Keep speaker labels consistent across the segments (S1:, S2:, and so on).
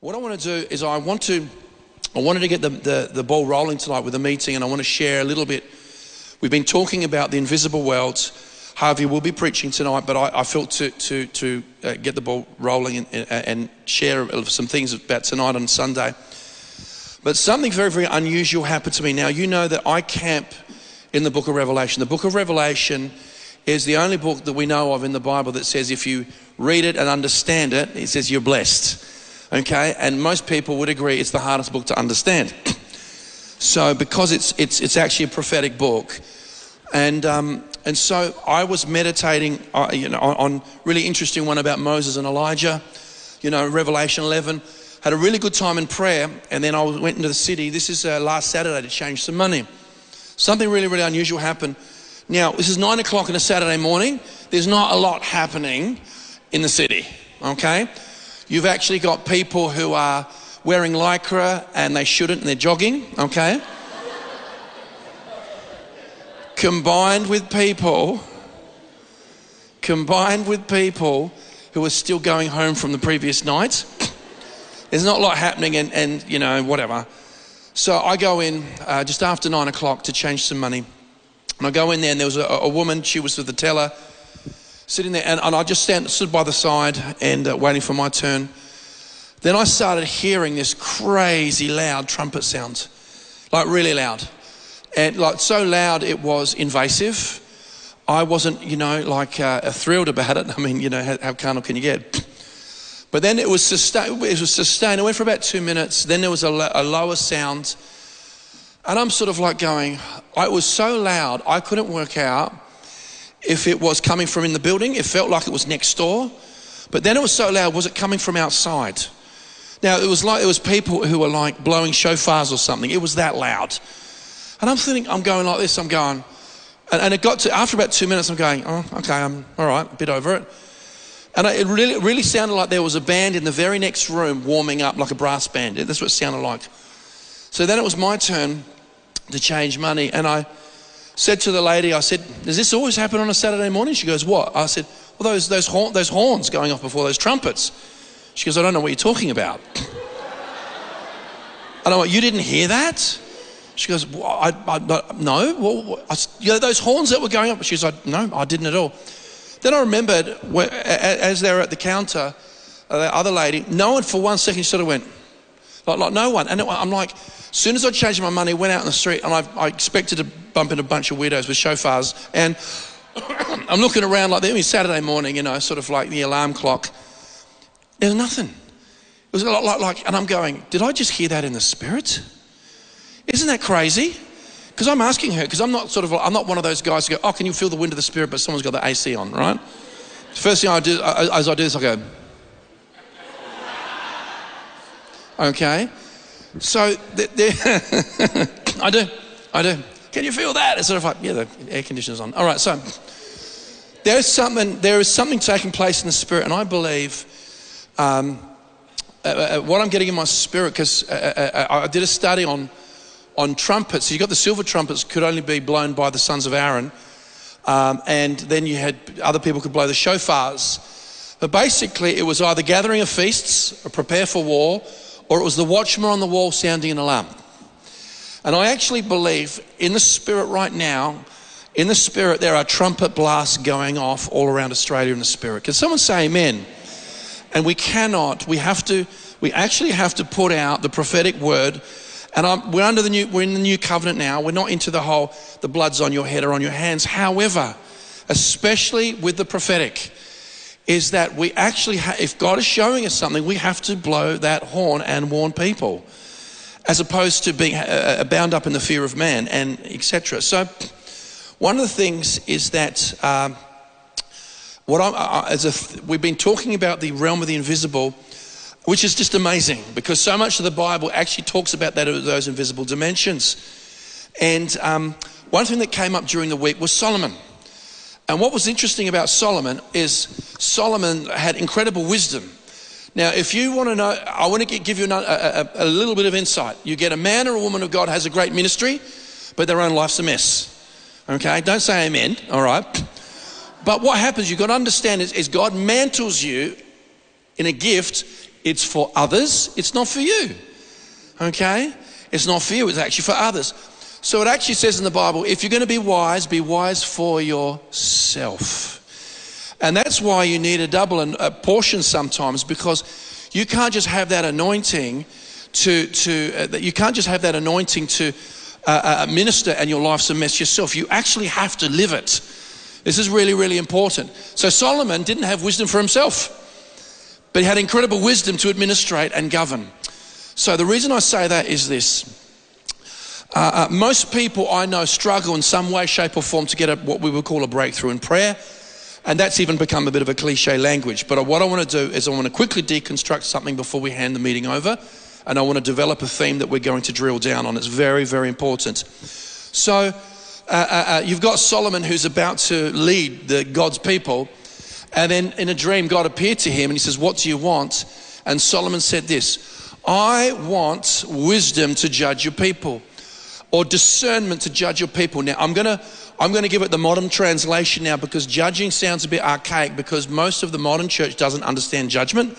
S1: What I want to do is I want to, I wanted to get the, the, the ball rolling tonight with the meeting, and I want to share a little bit. We've been talking about the invisible worlds. Harvey will be preaching tonight, but I, I felt to, to, to uh, get the ball rolling and, and share some things about tonight on Sunday. But something very, very unusual happened to me. Now, you know that I camp in the book of Revelation. The book of Revelation is the only book that we know of in the Bible that says if you read it and understand it, it says you're blessed. Okay? And most people would agree it's the hardest book to understand. so, because it's, it's, it's actually a prophetic book. And, um, and so I was meditating uh, you know, on, on really interesting one about Moses and Elijah, you know, Revelation 11. Had a really good time in prayer, and then I went into the city. This is uh, last Saturday to change some money. Something really, really unusual happened. Now, this is nine o'clock on a Saturday morning. There's not a lot happening in the city, okay? You've actually got people who are wearing lycra and they shouldn't and they're jogging, okay? combined with people, combined with people who are still going home from the previous night. There's not a lot happening and, and you know, whatever. So I go in uh, just after nine o'clock to change some money. And I go in there, and there was a, a, woman, she was with the teller, sitting there, and, and I just stand, stood by the side and uh, waiting for my turn. Then I started hearing this crazy loud trumpet sound, like really loud. And like so loud it was invasive. I wasn't, you know, like uh, thrilled about it. I mean, you know, how, how carnal can you get? But then it was, sustained, it was sustained. It went for about two minutes. Then there was a, lo- a lower sound. And I'm sort of like going, it was so loud, I couldn't work out if it was coming from in the building. It felt like it was next door. But then it was so loud, was it coming from outside? Now, it was like it was people who were like blowing shofars or something. It was that loud. And I'm sitting, I'm going like this, I'm going, and, and it got to, after about two minutes, I'm going, oh, okay, I'm all right, a bit over it. And it really, it really sounded like there was a band in the very next room warming up, like a brass band. That's what it sounded like. So then it was my turn to change money. And I said to the lady, I said, Does this always happen on a Saturday morning? She goes, What? I said, Well, those, those, horn, those horns going off before those trumpets. She goes, I don't know what you're talking about. and I went, You didn't hear that? She goes, well, I, I, No. Well, I, you know, those horns that were going up. She goes, I, No, I didn't at all. Then I remembered as they were at the counter, the other lady, no one for one second sort of went, like, like no one. And it, I'm like, as soon as I changed my money, went out in the street, and I, I expected to bump into a bunch of weirdos with shofars. And I'm looking around like, it was Saturday morning, you know, sort of like the alarm clock. There's nothing. It was like, like, like, and I'm going, did I just hear that in the spirit? Isn't that crazy? Because I'm asking her, because I'm not sort of, I'm not one of those guys who go, oh, can you feel the wind of the spirit, but someone's got the AC on, right? The first thing I do, I, as I do this, I go, okay? So th- th- I do, I do. Can you feel that? It's sort of like, yeah, the air conditioner's on. All right, so there's something, there is something taking place in the spirit, and I believe um, uh, uh, what I'm getting in my spirit, because uh, I did a study on, on trumpets. So you got the silver trumpets could only be blown by the sons of Aaron, um, and then you had other people could blow the shofars. But basically, it was either gathering of feasts or prepare for war, or it was the watchman on the wall sounding an alarm. And I actually believe in the spirit right now, in the spirit, there are trumpet blasts going off all around Australia in the spirit. Can someone say amen? And we cannot, we have to, we actually have to put out the prophetic word. And I'm, we're under the new, we're in the new covenant now. We're not into the whole, the blood's on your head or on your hands. However, especially with the prophetic, is that we actually, ha- if God is showing us something, we have to blow that horn and warn people, as opposed to being uh, bound up in the fear of man and etc. So, one of the things is that um, what I'm, I, as a, we've been talking about the realm of the invisible, which is just amazing because so much of the Bible actually talks about that those invisible dimensions. And um, one thing that came up during the week was Solomon. And what was interesting about Solomon is Solomon had incredible wisdom. Now, if you want to know, I want to give you a, a, a, little bit of insight. You get a man or a woman of God has a great ministry, but their own life's a mess. Okay, don't say amen, all right? But what happens, you've got to understand, is, is God mantles you in a gift It's for others, it's not for you. Okay? It's not for you, it's actually for others. So it actually says in the Bible if you're going to be wise, be wise for yourself. And that's why you need a double and a portion sometimes because you can't just have that anointing to, to uh, that you can't just have that anointing to uh, uh, minister and your life's a mess yourself. You actually have to live it. This is really, really important. So Solomon didn't have wisdom for himself, but he had incredible wisdom to administrate and govern. So the reason I say that is this. Uh, uh, most people I know struggle in some way, shape, or form to get a, what we would call a breakthrough in prayer. And that's even become a bit of a cliche language. But what I want to do is I want to quickly deconstruct something before we hand the meeting over. And I want to develop a theme that we're going to drill down on. It's very, very important. So uh, you've got Solomon who's about to lead the God's people. And then in a dream, God appeared to him and he says, What do you want? And Solomon said this I want wisdom to judge your people or discernment to judge your people. Now, I'm going to I'm going to give it the modern translation now because judging sounds a bit archaic because most of the modern church doesn't understand judgment,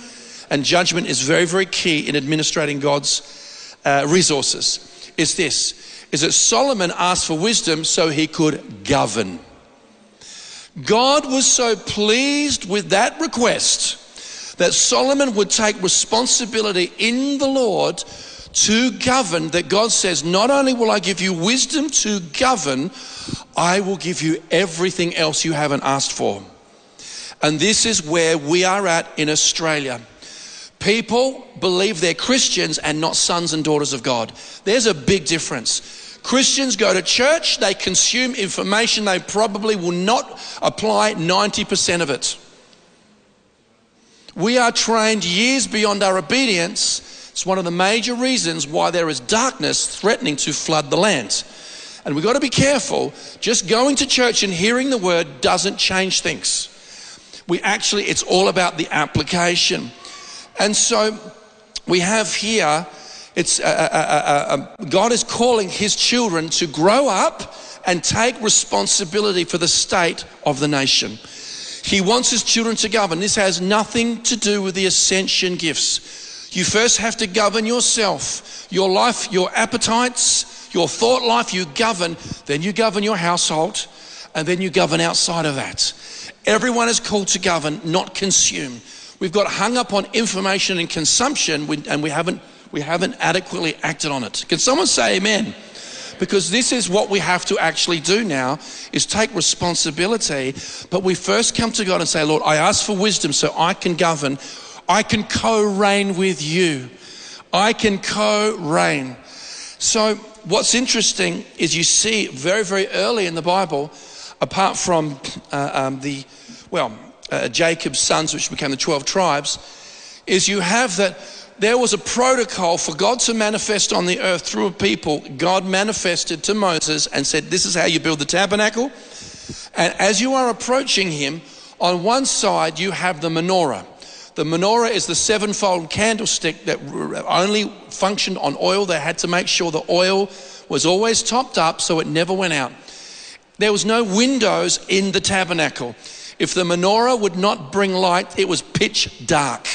S1: and judgment is very very key in administrating God's uh, resources. Is this is that Solomon asked for wisdom so he could govern. God was so pleased with that request that Solomon would take responsibility in the Lord to govern that God says, Not only will I give you wisdom to govern, I will give you everything else you haven't asked for. And this is where we are at in Australia. People believe they're Christians and not sons and daughters of God. There's a big difference. Christians go to church, they consume information, they probably will not apply 90% of it. We are trained years beyond our obedience it's one of the major reasons why there is darkness threatening to flood the land. And we've got to be careful. Just going to church and hearing the word doesn't change things. We actually, it's all about the application. And so we have here, it's, uh, uh, uh, God is calling his children to grow up and take responsibility for the state of the nation. He wants his children to govern. This has nothing to do with the ascension gifts. You first have to govern yourself, your life, your appetites, your thought life. You govern, then you govern your household, and then you govern outside of that. Everyone is called to govern, not consume. We've got hung up on information and consumption, and we haven't, we haven't adequately acted on it. Can someone say amen? Because this is what we have to actually do now is take responsibility. But we first come to God and say, Lord, I ask for wisdom so I can govern I can co reign with you. I can co reign. So, what's interesting is you see very, very early in the Bible, apart from uh, um, the, well, uh, Jacob's sons, which became the 12 tribes, is you have that there was a protocol for God to manifest on the earth through a people. God manifested to Moses and said, This is how you build the tabernacle. And as you are approaching him, on one side you have the menorah. The menorah is the sevenfold candlestick that only functioned on oil. They had to make sure the oil was always topped up so it never went out. There was no windows in the tabernacle. If the menorah would not bring light, it was pitch dark.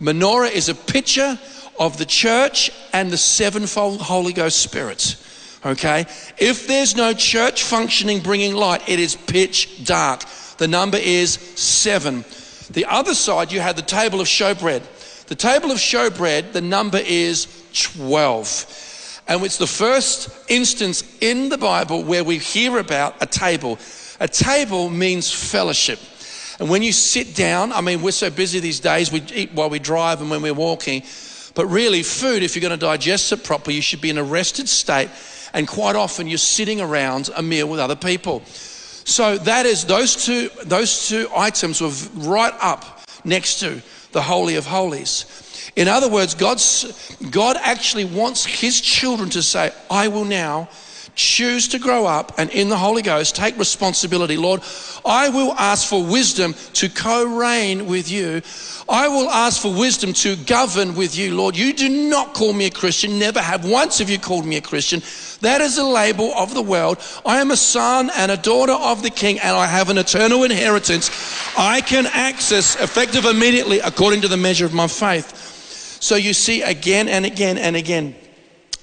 S1: Menorah is a picture of the church and the sevenfold Holy Ghost Spirit. Okay? If there's no church functioning bringing light, it is pitch dark. The number is seven. The other side, you had the table of showbread. The table of showbread, the number is 12. And it's the first instance in the Bible where we hear about a table. A table means fellowship. And when you sit down, I mean, we're so busy these days, we eat while we drive and when we're walking. But really, food, if you're going to digest it properly, you should be in a rested state. And quite often, you're sitting around a meal with other people. So that is those two those two items were right up next to the holy of holies. In other words, God's God actually wants his children to say, I will now choose to grow up and in the Holy Ghost take responsibility. Lord, I will ask for wisdom to co-reign with you. I will ask for wisdom to govern with you. Lord, you do not call me a Christian. Never have once have you called me a Christian. That is a label of the world. I am a son and a daughter of the King and I have an eternal inheritance. I can access effective immediately according to the measure of my faith. So you see again and again and again.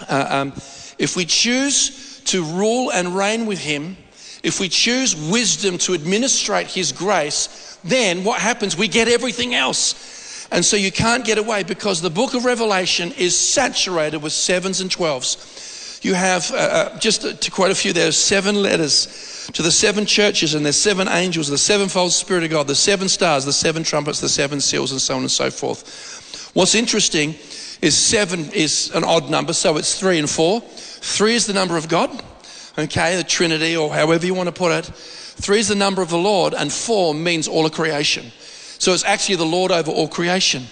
S1: Uh, um, if we choose to rule and reign with Him, if we choose wisdom to administrate His grace, then what happens? We get everything else. And so you can't get away because the book of Revelation is saturated with sevens and twelves. You have, uh, uh, just to quote a few, there's seven letters to the seven churches, and there's seven angels, the sevenfold Spirit of God, the seven stars, the seven trumpets, the seven seals, and so on and so forth. What's interesting is seven is an odd number, so it's three and four. Three is the number of God, okay, the Trinity, or however you want to put it. Three is the number of the Lord, and four means all of creation. So it's actually the Lord over all creation.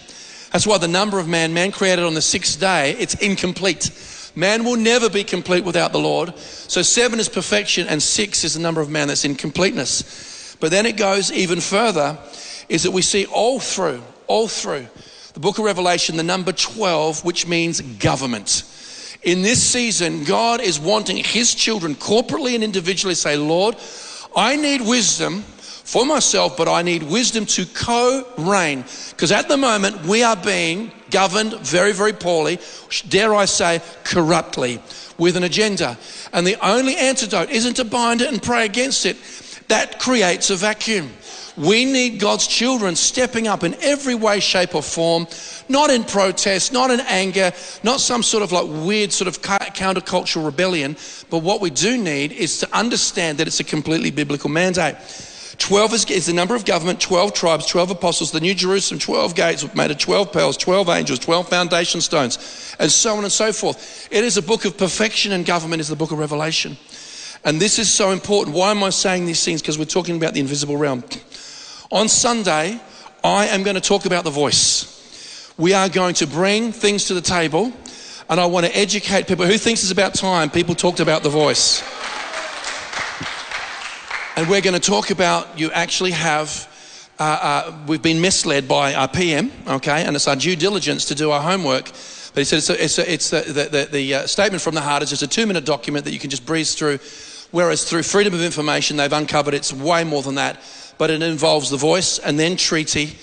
S1: That's why the number of man, man created on the sixth day, it's incomplete. Man will never be complete without the Lord. So seven is perfection, and six is the number of man that's incompleteness. But then it goes even further, is that we see all through, all through the book of Revelation, the number 12, which means government. In this season, God is wanting his children corporately and individually say, Lord, I need wisdom for myself, but I need wisdom to co reign. Because at the moment, we are being governed very, very poorly, dare I say, corruptly, with an agenda. And the only antidote isn't to bind it and pray against it, that creates a vacuum. We need God's children stepping up in every way, shape, or form, not in protest, not in anger, not some sort of like weird sort of countercultural rebellion. But what we do need is to understand that it's a completely biblical mandate. 12 is, is the number of government, 12 tribes, 12 apostles, the New Jerusalem, 12 gates made of 12 pearls, 12 angels, 12 foundation stones, and so on and so forth. It is a book of perfection, and government is the book of Revelation. And this is so important. Why am I saying these things? Because we're talking about the invisible realm. On Sunday, I am going to talk about the voice. We are going to bring things to the table, and I want to educate people. Who thinks it's about time people talked about the voice? And we're going to talk about you actually have. Uh, uh, we've been misled by our PM, okay, and it's our due diligence to do our homework. But he said it's, a, it's, a, it's a, the, the, the uh, statement from the heart is just a two minute document that you can just breeze through. Whereas through freedom of information, they've uncovered it's way more than that. But it involves the voice and then treaty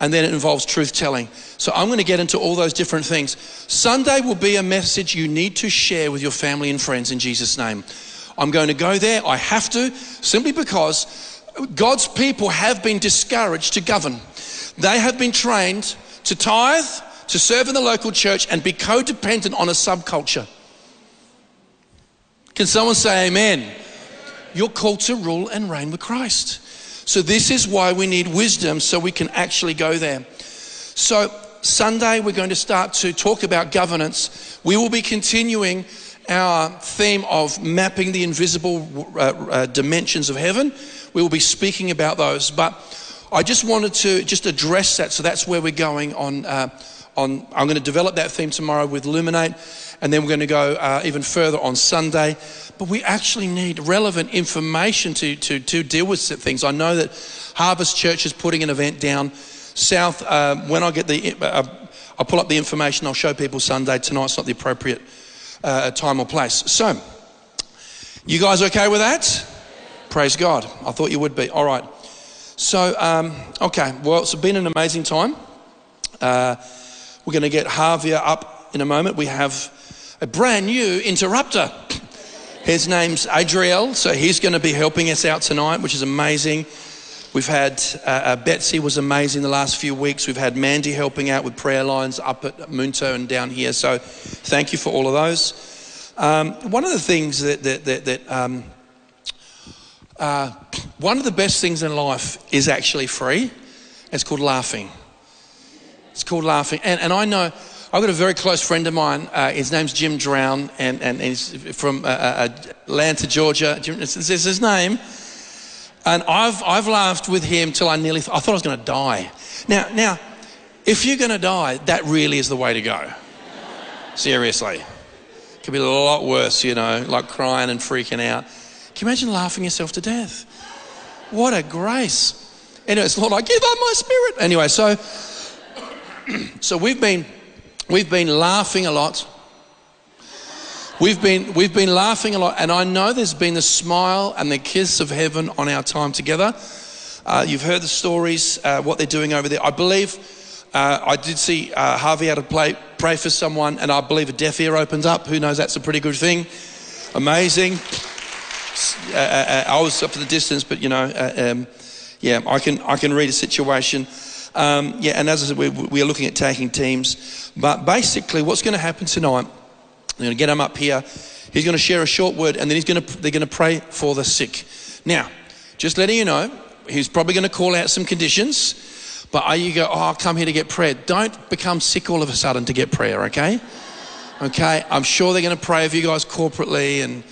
S1: and then it involves truth telling. So I'm going to get into all those different things. Sunday will be a message you need to share with your family and friends in Jesus' name. I'm going to go there. I have to, simply because God's people have been discouraged to govern. They have been trained to tithe, to serve in the local church and be codependent on a subculture. Can someone say amen? You're called to rule and reign with Christ. So, this is why we need wisdom so we can actually go there. So, Sunday, we're going to start to talk about governance. We will be continuing our theme of mapping the invisible uh, uh, dimensions of heaven. We will be speaking about those. But I just wanted to just address that. So, that's where we're going on. Uh, on, I'm going to develop that theme tomorrow with Luminate, and then we're going to go uh, even further on Sunday. But we actually need relevant information to, to, to deal with things. I know that Harvest Church is putting an event down south. Uh, when I get the, uh, I'll pull up the information, I'll show people Sunday. Tonight's not the appropriate uh, time or place. So, you guys okay with that? Praise God. I thought you would be. All right. So, um, okay. Well, it's been an amazing time. Uh, We're going to get Javier up in a moment. We have a brand new interrupter. His name's Adriel, so he's going to be helping us out tonight, which is amazing. We've had uh, uh, Betsy was amazing the last few weeks. We've had Mandy helping out with prayer lines up at Munto and down here. So thank you for all of those. Um, one of the things that that that, that um, uh, one of the best things in life is actually free. It's called laughing. It's called Laughing. And, and I know, I've got a very close friend of mine. Uh, his name's Jim Drown, and, and he's from uh, Atlanta, Georgia. Jim, it's, it's his name. And I've, I've laughed with him till I nearly, th- I thought I was going to die. Now, now, if you're going to die, that really is the way to go. Seriously. It could be a lot worse, you know, like crying and freaking out. Can you imagine laughing yourself to death? What a grace. Anyway, it's Lord, I give up my spirit. Anyway, so so we've been we've been laughing a lot we've been we've been laughing a lot and i know there's been the smile and the kiss of heaven on our time together uh, you've heard the stories uh, what they're doing over there i believe Uh, I did see uh, Harvey had to play, pray for someone, and I believe a deaf ear opens up. Who knows? That's a pretty good thing. Amazing. Uh, uh, uh, I was up for the distance, but you know, uh, um, yeah, I can I can read a situation. Um, yeah, and as I said, we, we are looking at taking teams. But basically, what's going to happen tonight? They're going to get him up here. He's going to share a short word, and then he's going to they're going to pray for the sick. Now, just letting you know, he's probably going to call out some conditions. But are you go? Oh, I come here to get prayer. Don't become sick all of a sudden to get prayer. Okay, okay. I'm sure they're going to pray for you guys corporately and.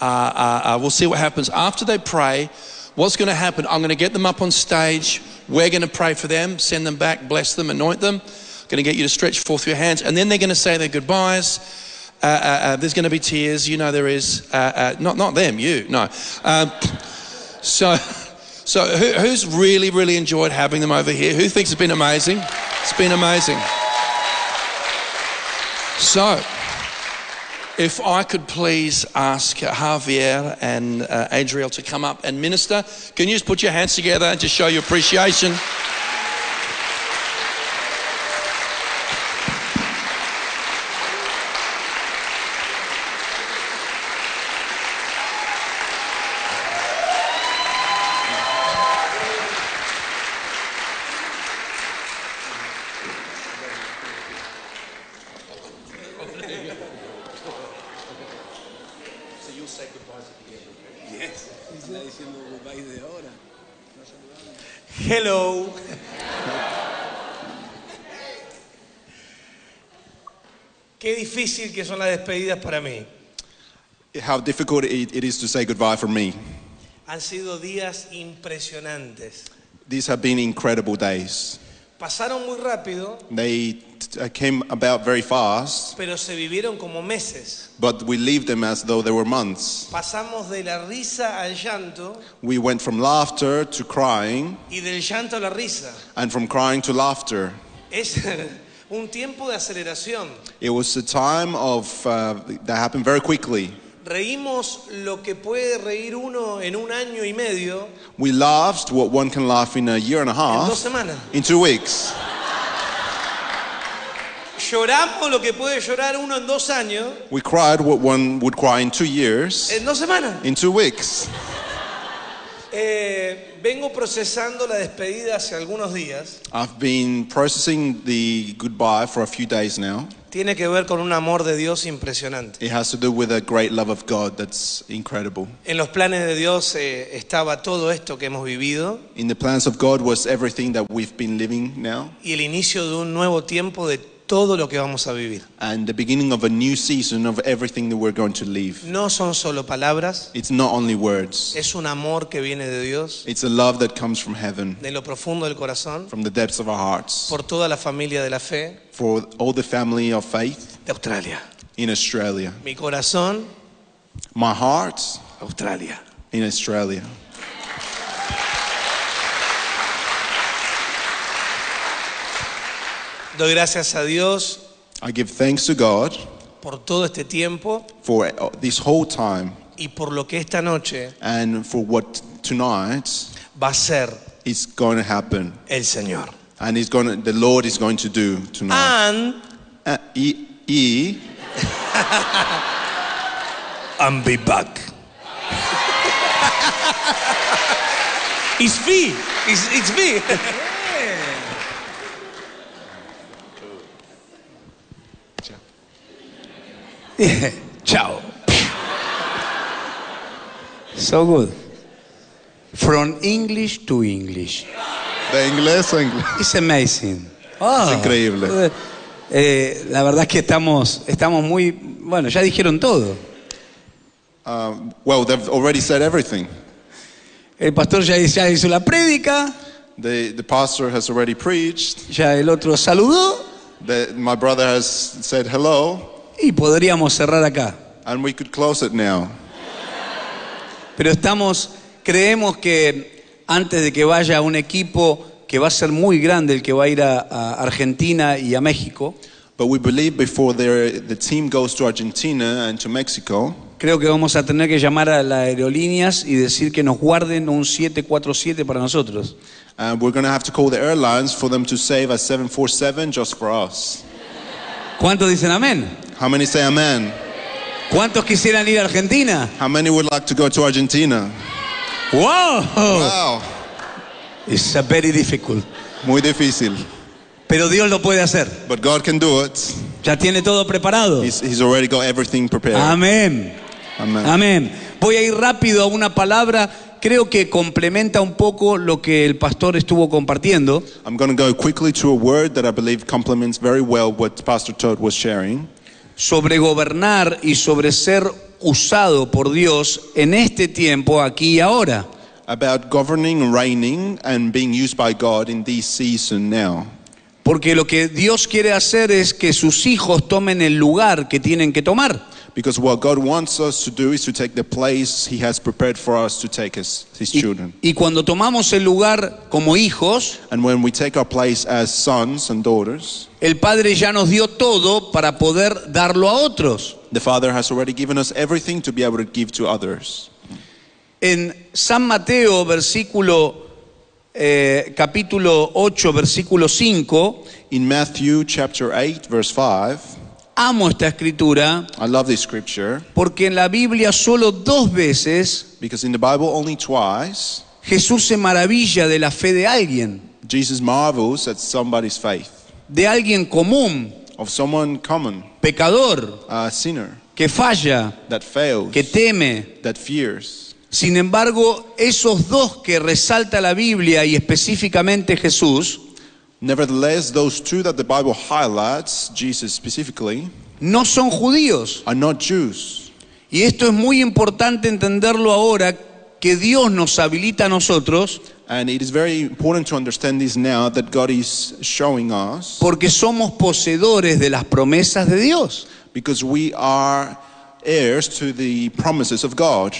S1: Uh, uh, uh, we'll see what happens. After they pray, what's going to happen? I'm going to get them up on stage. We're going to pray for them, send them back, bless them, anoint them. I'm going to get you to stretch forth your hands. And then they're going to say their goodbyes. uh, there's going to be tears. You know there is. uh, not, not them, you, no. Um, so, so who, who's really, really enjoyed having them over here? Who thinks it's been amazing? It's been amazing. So, if I could please ask Javier and uh, Adriel to come up and minister. Can you just put your hands together and just show your appreciation?
S2: Hello. Qué difícil que son las despedidas para mí.
S3: how difficult it, it is to say goodbye for me.
S2: Han sido días impresionantes.
S3: These have been incredible days.
S2: Pasaron muy rápido,
S3: They t- uh, came about very fast,
S2: pero se vivieron como meses.
S3: but we leave them as though they were months.
S2: Pasamos de la risa al llanto
S3: We went from laughter to crying,
S2: y del llanto a la risa.
S3: and from crying to laughter.
S2: Es un tiempo de aceleración.
S3: It was a time of uh, that happened very quickly.
S2: Reímos lo que puede reír uno en un año y medio,
S3: We laughed what one can laugh in a year and a
S2: en dos
S3: half,
S2: semanas.
S3: in two weeks.
S2: Lloramos lo que puede llorar uno en dos años,
S3: We cried what one would cry in two years,
S2: en dos semanas.
S3: in two weeks.
S2: Eh, vengo procesando la despedida hace algunos días.
S3: I've been processing the goodbye for a few days now.
S2: Tiene que ver con un amor de Dios impresionante.
S3: It has to do with a great love of God that's incredible.
S2: En los planes de Dios eh, estaba todo esto que hemos vivido
S3: In the plans of God was everything that we've been living now
S2: y el inicio de un nuevo tiempo de todo lo que vamos a vivir.
S3: and the beginning of a new season of everything that we're going to live.
S2: No son solo palabras,
S3: It's not only words,
S2: es un amor que viene de Dios,
S3: it's a love that comes from heaven,
S2: de lo profundo del corazón,
S3: from the depths of our hearts,
S2: por toda la familia de la fe
S3: for all the family of faith
S2: de Australia.
S3: in Australia.
S2: Mi corazón,
S3: My heart
S2: Australia.
S3: in Australia.
S2: Doy gracias a Dios
S3: I give thanks to God
S2: por todo este tiempo
S3: for this whole time
S2: y por lo que esta noche
S3: and for what tonight
S2: va a ser
S3: is going to happen
S2: el Señor.
S3: and is going to, the Lord is going to do tonight.
S2: And
S3: Uh, e, e,
S2: and be back. it's me. It's, it's me.
S4: Ciao. So good. From English to English.
S3: de inglés a inglés.
S4: It's amazing. Oh.
S3: Es increíble.
S4: Eh, la verdad es que estamos, estamos muy. Bueno, ya dijeron todo.
S3: Um, well, they've already said everything.
S4: El pastor ya, ya hizo la prédica,
S3: The, the pastor has already preached.
S4: ya el otro saludó
S3: The, my brother has said hello,
S4: y podríamos cerrar acá.
S3: and we could close it now.
S4: Pero estamos, creemos que antes de que vaya un equipo que va a ser muy grande, el que va a ir a, a Argentina y a México,
S3: But we believe before their, the team goes to Argentina and to Mexico,
S4: Creo que vamos a tener que llamar a las aerolíneas y decir que nos guarden un 747 para nosotros.
S3: uh, we're going to have to call the airlines for them to save a 747 just for us.
S4: ¿Cuántos dicen amén?
S3: How many say amen?
S4: ¿Cuántos quisieran ir a Argentina?
S3: How many would like to go to Argentina?
S4: ¡Wow!
S3: Wow,
S4: It's a very difficult.
S3: muy difícil.
S4: Pero Dios lo puede hacer.
S3: But God can do it.
S4: Ya tiene todo preparado.
S3: He's, he's already got everything prepared.
S4: Amén.
S3: Amén.
S4: Amén. Voy a ir rápido a una palabra, creo que complementa un poco lo que el pastor estuvo compartiendo.
S3: I'm going to go quickly to a word that I believe complements very well what Pastor Todd was sharing.
S4: sobre gobernar y sobre ser usado por Dios en este tiempo, aquí y ahora.
S3: about governing, reigning, and being used by God in this season now.
S4: Porque lo que Dios quiere hacer es que sus hijos tomen el lugar que tienen que tomar.
S3: Because what God wants us to do is to take the place He has prepared for us to take as His
S4: Y,
S3: children.
S4: y cuando tomamos el lugar como hijos,
S3: And when we take our place as sons and daughters,
S4: el Padre ya nos dio todo para poder darlo a otros.
S3: the Father has already given us everything to be able to give to others.
S4: En San Mateo, versículo, eh, capítulo 8, versículo 5,
S3: In Matthew chapter 8, verse 5,
S4: amo esta escritura
S3: I love this scripture
S4: porque en la Biblia solo dos veces
S3: because in the Bible, only twice,
S4: Jesús se maravilla de la fe de alguien,
S3: Jesus marvels at somebody's faith
S4: de alguien común,
S3: of someone common,
S4: pecador,
S3: a sinner
S4: que falla,
S3: that fails,
S4: que teme.
S3: that fears.
S4: Sin embargo, esos dos que resalta la Biblia y específicamente Jesús,
S3: Nevertheless, those two that the Bible highlights, Jesus specifically,
S4: no son judíos.
S3: are not Jews.
S4: Y esto es muy importante entenderlo ahora que Dios nos habilita a nosotros
S3: And it is very important to understand this now that God is showing us
S4: porque somos poseedores de las promesas de Dios.
S3: because we are heirs to the promises of God.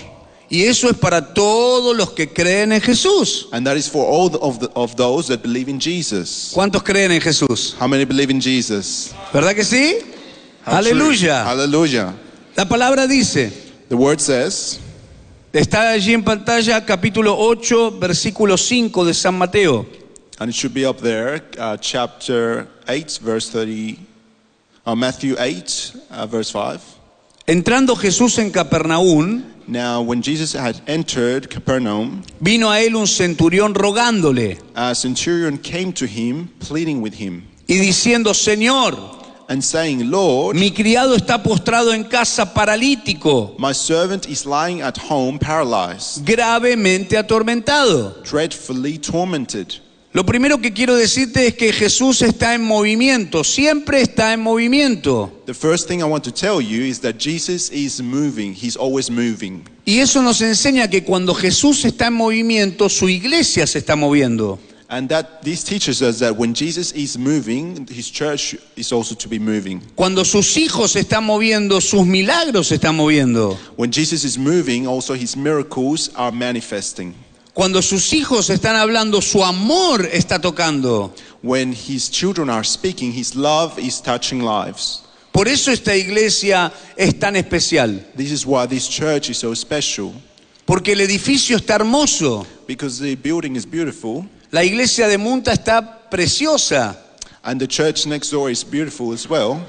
S4: Y eso es para todos los que creen en Jesús.
S3: And that is for all the- of, the, of those that believe in Jesus.
S4: ¿Cuántos creen en Jesús?
S3: How many believe in Jesus?
S4: ¿Verdad que sí?
S3: How true.
S4: Aleluya.
S3: Hallelujah.
S4: La palabra dice,
S3: The word says,
S4: está allí en pantalla capítulo 8, versículo 5 de San Mateo.
S3: and it should be up there, uh, chapter 8, verse 30, uh, Matthew 8, uh, verse 5.
S4: Entrando Jesús en Capernaum,
S3: Now, when Jesus had entered Capernaum,
S4: vino a él un centurión rogándole
S3: a centurion came to him, pleading with him,
S4: y diciendo, Señor,
S3: and saying, Lord,
S4: mi criado está postrado en casa paralítico,
S3: my servant is lying at home paralyzed,
S4: gravemente atormentado.
S3: dreadfully tormented.
S4: Lo primero que quiero decirte es que Jesús está en movimiento, siempre está en movimiento.
S3: The first thing I want to tell you is that Jesus is moving, he's always moving.
S4: Y eso nos enseña que cuando Jesús está en movimiento, su iglesia se está moviendo.
S3: And that this teaches us that when Jesus is moving, his church is also to be moving.
S4: Cuando sus hijos se están moviendo, sus milagros se están moviendo.
S3: When Jesus is moving, also his miracles are manifesting.
S4: Cuando sus hijos están hablando, su amor está tocando.
S3: When his children are speaking, his love is touching lives.
S4: Por eso esta iglesia es tan especial.
S3: This is why this church is so special
S4: Porque el edificio está hermoso.
S3: because the building is beautiful
S4: La iglesia de Munta está preciosa.
S3: and the church next door is beautiful as well.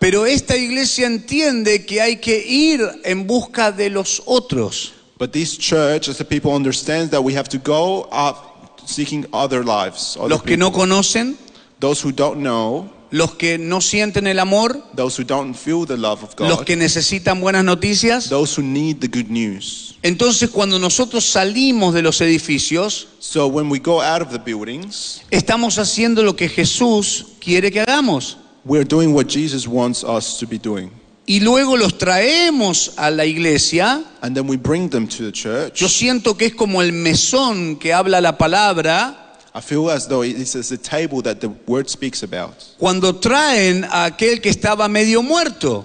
S4: Pero esta iglesia entiende que hay que ir en busca de los otros.
S3: But this church, as the people understand, that we have to go up seeking other lives, other
S4: Los que
S3: people.
S4: no conocen,
S3: those who don't know,
S4: los que no sienten el amor,
S3: those who don't feel the love of
S4: los
S3: God,
S4: que necesitan buenas noticias.
S3: those who need the good news.
S4: Entonces cuando nosotros salimos de los edificios,
S3: So when we go out of the buildings,
S4: Estamos haciendo lo que Jesús quiere que hagamos.
S3: we're doing what Jesus wants us to be doing.
S4: Y luego los traemos a la iglesia.
S3: And then we bring them to the church.
S4: Yo siento que es como el mesón que habla la palabra.
S3: I feel as though it's as the table that the word speaks about.
S4: Cuando traen a aquel que estaba medio muerto.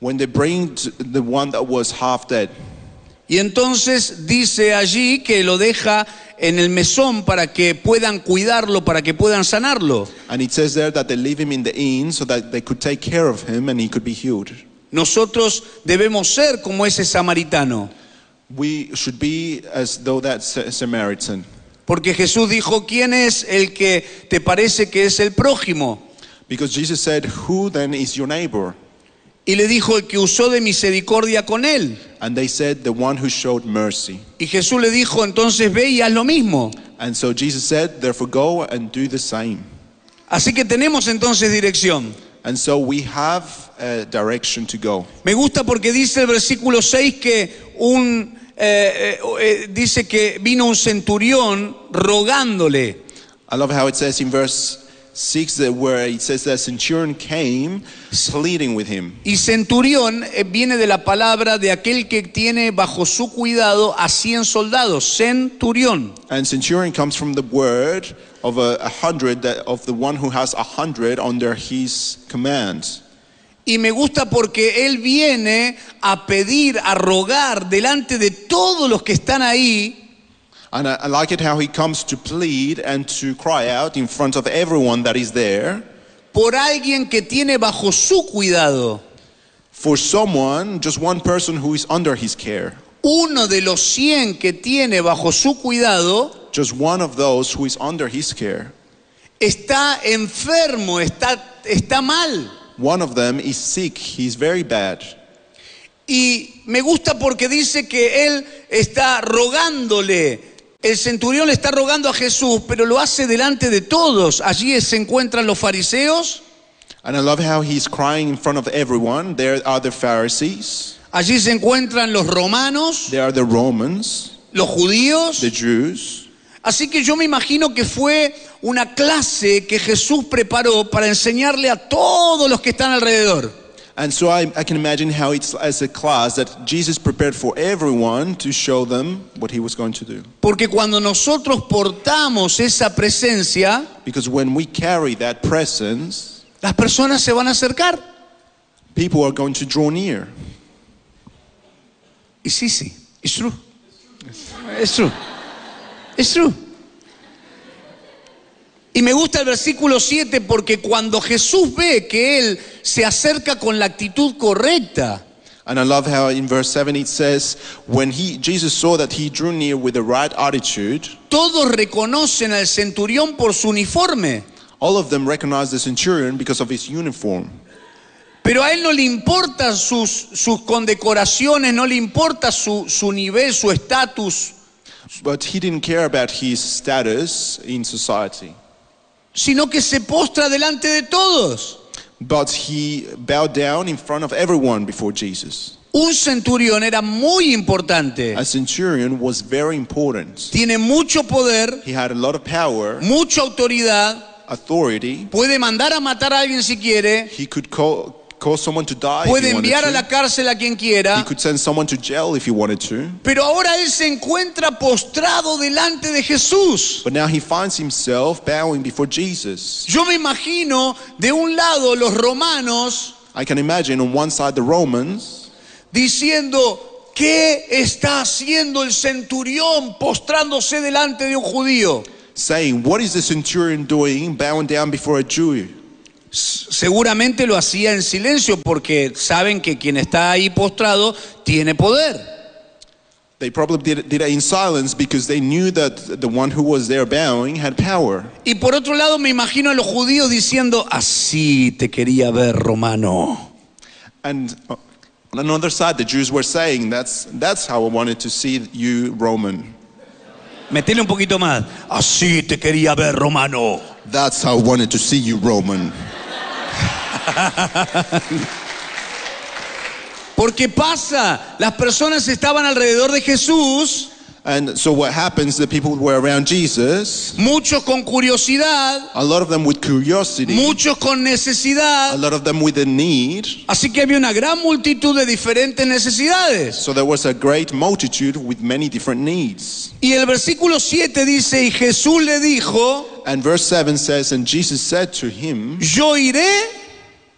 S3: when they bring t- the one that was half dead
S4: Y entonces dice allí que lo deja en el mesón para que puedan cuidarlo, para que puedan sanarlo.
S3: And it says there that they leave him in the inn so that they could take care of him and he could be healed.
S4: Nosotros debemos ser como ese samaritano,
S3: We should be as though that Sa- Samaritan.
S4: porque Jesús dijo, ¿quién es el que te parece que es el prójimo?
S3: Because Jesus said, Who then is your neighbor?
S4: Y le dijo el que usó de misericordia con él.
S3: And they said, The one who showed mercy.
S4: Y Jesús le dijo, entonces ve y haz lo mismo.
S3: And so Jesus said, Therefore go and do the same.
S4: Así que tenemos entonces dirección.
S3: And so we have a direction to go.
S4: Me gusta porque dice el versículo 6 que un eh, eh, eh, dice que vino un centurión rogándole.
S3: I love how it says in verse 6 that where it says that centurion came pleading with him.
S4: Y centurión eh, viene de la palabra de aquel que tiene bajo su cuidado a 100 soldados, centurión.
S3: And centurion comes from the word of a, a hundred, that, of the one who has a hundred under his command.
S4: Y me gusta porque él viene a pedir, a rogar delante de todos los que están ahí
S3: And I, I like it how he comes to plead and to cry out in front of everyone that is there
S4: por alguien que tiene bajo su cuidado.
S3: for someone, just one person who is under his care.
S4: Uno de los 100 que tiene bajo su cuidado
S3: Just one of those who is under his care.
S4: está enfermo, está, está mal.
S3: One of them is sick, he's very bad.
S4: Y me gusta porque dice que él está rogándole. El centurión le está rogando a Jesús, pero lo hace delante de todos. Allí se encuentran los fariseos,
S3: And I love how he's crying in front of everyone. There are the Pharisees,
S4: allí se encuentran los romanos,
S3: there are the Romans,
S4: los judíos.
S3: the Jews.
S4: Así que yo me imagino que fue una clase que Jesús preparó para enseñarle a todos los que están alrededor.
S3: And so I, I can imagine how it's as a class that Jesus prepared for everyone to show them what he was going to do.
S4: Porque cuando nosotros portamos esa presencia,
S3: Because when we carry that presence,
S4: las personas se van a acercar.
S3: people are going to draw near.
S4: Y sí, sí, es true. Es true. Es true. Y me gusta el versículo 7 porque cuando Jesús ve que Él se acerca con la actitud correcta,
S3: And I love how in verse 7 it says, When he, Jesus saw that he drew near with the right attitude,
S4: todos reconocen al centurión por su uniforme,
S3: all of them recognized the centurion because of his uniform.
S4: pero a Él no le importan sus, sus condecoraciones, no le importa su, su nivel, su estatus.
S3: But he didn't care about his status in society.
S4: sino que se postra delante de todos.
S3: But he bowed down in front of everyone before Jesus.
S4: Un centurión era muy importante.
S3: A centurion was very important.
S4: Tiene mucho poder,
S3: He had a lot of power,
S4: mucha autoridad,
S3: authority.
S4: puede mandar a matar a alguien si quiere,
S3: He could call, cause someone to die if
S4: puede
S3: he
S4: enviar a la
S3: wanted to.
S4: cárcel a quien
S3: He
S4: quiera,
S3: could send someone to jail if he wanted to.
S4: pero ahora él se encuentra postrado delante de Jesús.
S3: But now he finds himself bowing before Jesus.
S4: Yo me imagino de un lado los romanos
S3: I can imagine on one side the Romans
S4: diciendo, ¿qué está haciendo el centurión postrándose delante de un judío?
S3: saying, What is the centurion doing bowing down before a Jew?
S4: Seguramente lo hacía en silencio porque saben que quien está ahí postrado tiene poder.
S3: They probably did, did it in silence because they knew that the one who was there bowing had power.
S4: Y por otro lado me imagino a los judíos diciendo, así te quería ver romano.
S3: And uh, on another side, the Jews were saying, that's, that's how I wanted to see you, Roman.
S4: Metele un poquito más, así te quería ver romano.
S3: That's how I wanted to see you, Roman.
S4: Porque pasa, las personas estaban alrededor de Jesús,
S3: And so what happens, the people were around Jesus,
S4: muchos con curiosidad,
S3: a lot of them with curiosity,
S4: muchos con
S3: a
S4: necesidad.
S3: lot of them with a need.
S4: Así que había una gran multitud de diferentes necesidades.
S3: So there was a great multitude with many different needs.
S4: Y el versículo 7 dice, y Jesús le dijo,
S3: And verse 7 says, And Jesus said to him,
S4: yo iré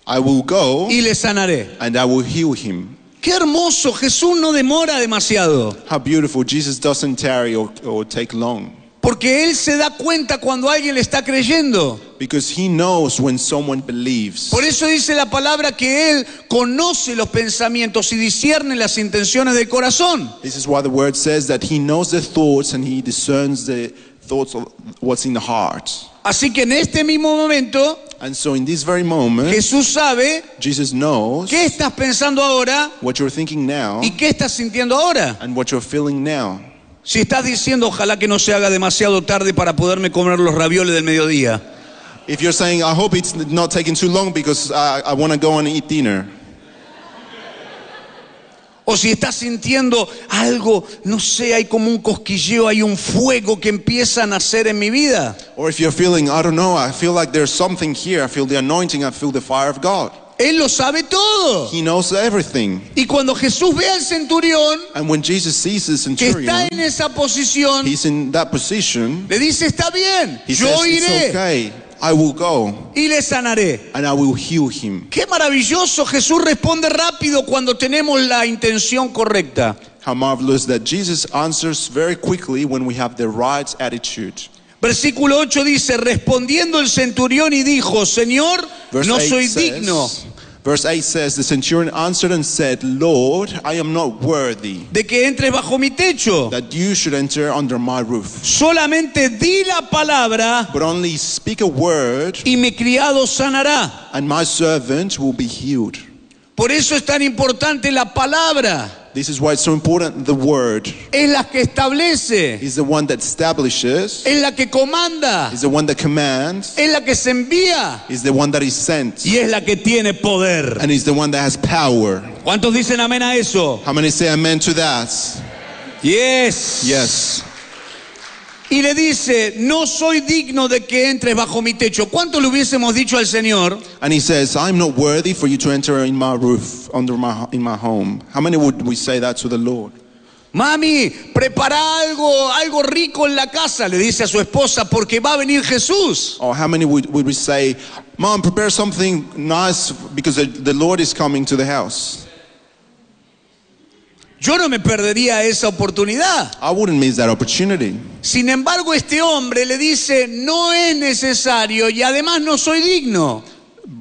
S3: I will go
S4: y le sanaré.
S3: and I will heal him.
S4: Qué hermoso, Jesús no demora demasiado,
S3: How beautiful. Jesus doesn't tarry or, or take long
S4: porque Él se da cuenta cuando alguien le está creyendo.
S3: because he knows when someone believes.
S4: Por eso dice la palabra que Él conoce los pensamientos y discierne las intenciones del corazón.
S3: This is why the word says that he knows the thoughts and he discerns the thoughts of what's in the heart.
S4: Así que en este mismo momento
S3: And so in this very moment,
S4: Jesús sabe
S3: Jesus knows
S4: qué estás pensando ahora
S3: what you're thinking now
S4: y qué estás sintiendo ahora.
S3: and what you're feeling now.
S4: Si estás diciendo ojalá que no se haga demasiado tarde para poderme comer los ravioles del mediodía.
S3: If you're saying, I hope it's not taking too long because I, I want to go and eat dinner.
S4: O si estás sintiendo algo, no sé, hay como un cosquilleo, hay un fuego que empieza a nacer en mi vida.
S3: Or if you're feeling, I don't know, I feel like there's something here. I feel the anointing. I feel the fire of God.
S4: Él lo sabe todo.
S3: He knows everything.
S4: Y cuando Jesús ve al centurión
S3: And when Jesus sees the
S4: que está
S3: centurion,
S4: en esa posición,
S3: he's in that position.
S4: le dice, está bien,
S3: He
S4: yo
S3: says, It's
S4: iré
S3: okay. I will go
S4: y le sanaré.
S3: and I will heal him.
S4: Qué maravilloso, Jesús responde rápido cuando tenemos la intención correcta.
S3: How marvelous that Jesus answers very quickly when we have the right attitude.
S4: Versículo 8 dice, respondiendo el centurión y dijo, Señor,
S3: Verse
S4: no
S3: 8
S4: soy
S3: says-
S4: digno
S3: Verse 8 says, The centurion answered and said, Lord, I am not worthy
S4: de que entres bajo mi techo.
S3: that you should enter under my roof.
S4: Solamente di la palabra
S3: But only speak a word,
S4: y mi criado sanará.
S3: and my servant will be healed.
S4: Por eso es tan importante la palabra.
S3: This is why it's so important. The word
S4: Es la que establece,
S3: is the one that establishes,
S4: es la que comanda,
S3: is the one that commands,
S4: es la que se envía
S3: is the one that is sent,
S4: y es la que tiene poder.
S3: and is the one that has power.
S4: ¿Cuántos dicen amén a eso?
S3: How many say amen to that?
S4: Yes.
S3: Yes.
S4: Y le dice, no soy digno de que entres bajo mi techo. ¿Cuánto le hubiésemos dicho al Señor?
S3: And he says, I'm not worthy for you to enter in my roof, under my, in my home. How many would we say that to the Lord?
S4: Mami, prepara algo, algo rico en la casa, le dice a su esposa, porque va a venir Jesús.
S3: Or how many would, would we say, Mom, prepare something nice because the, the Lord is coming to the house?
S4: Yo no me perdería esa oportunidad.
S3: I wouldn't miss that opportunity.
S4: Sin embargo, este hombre le dice, no es necesario y además no soy digno.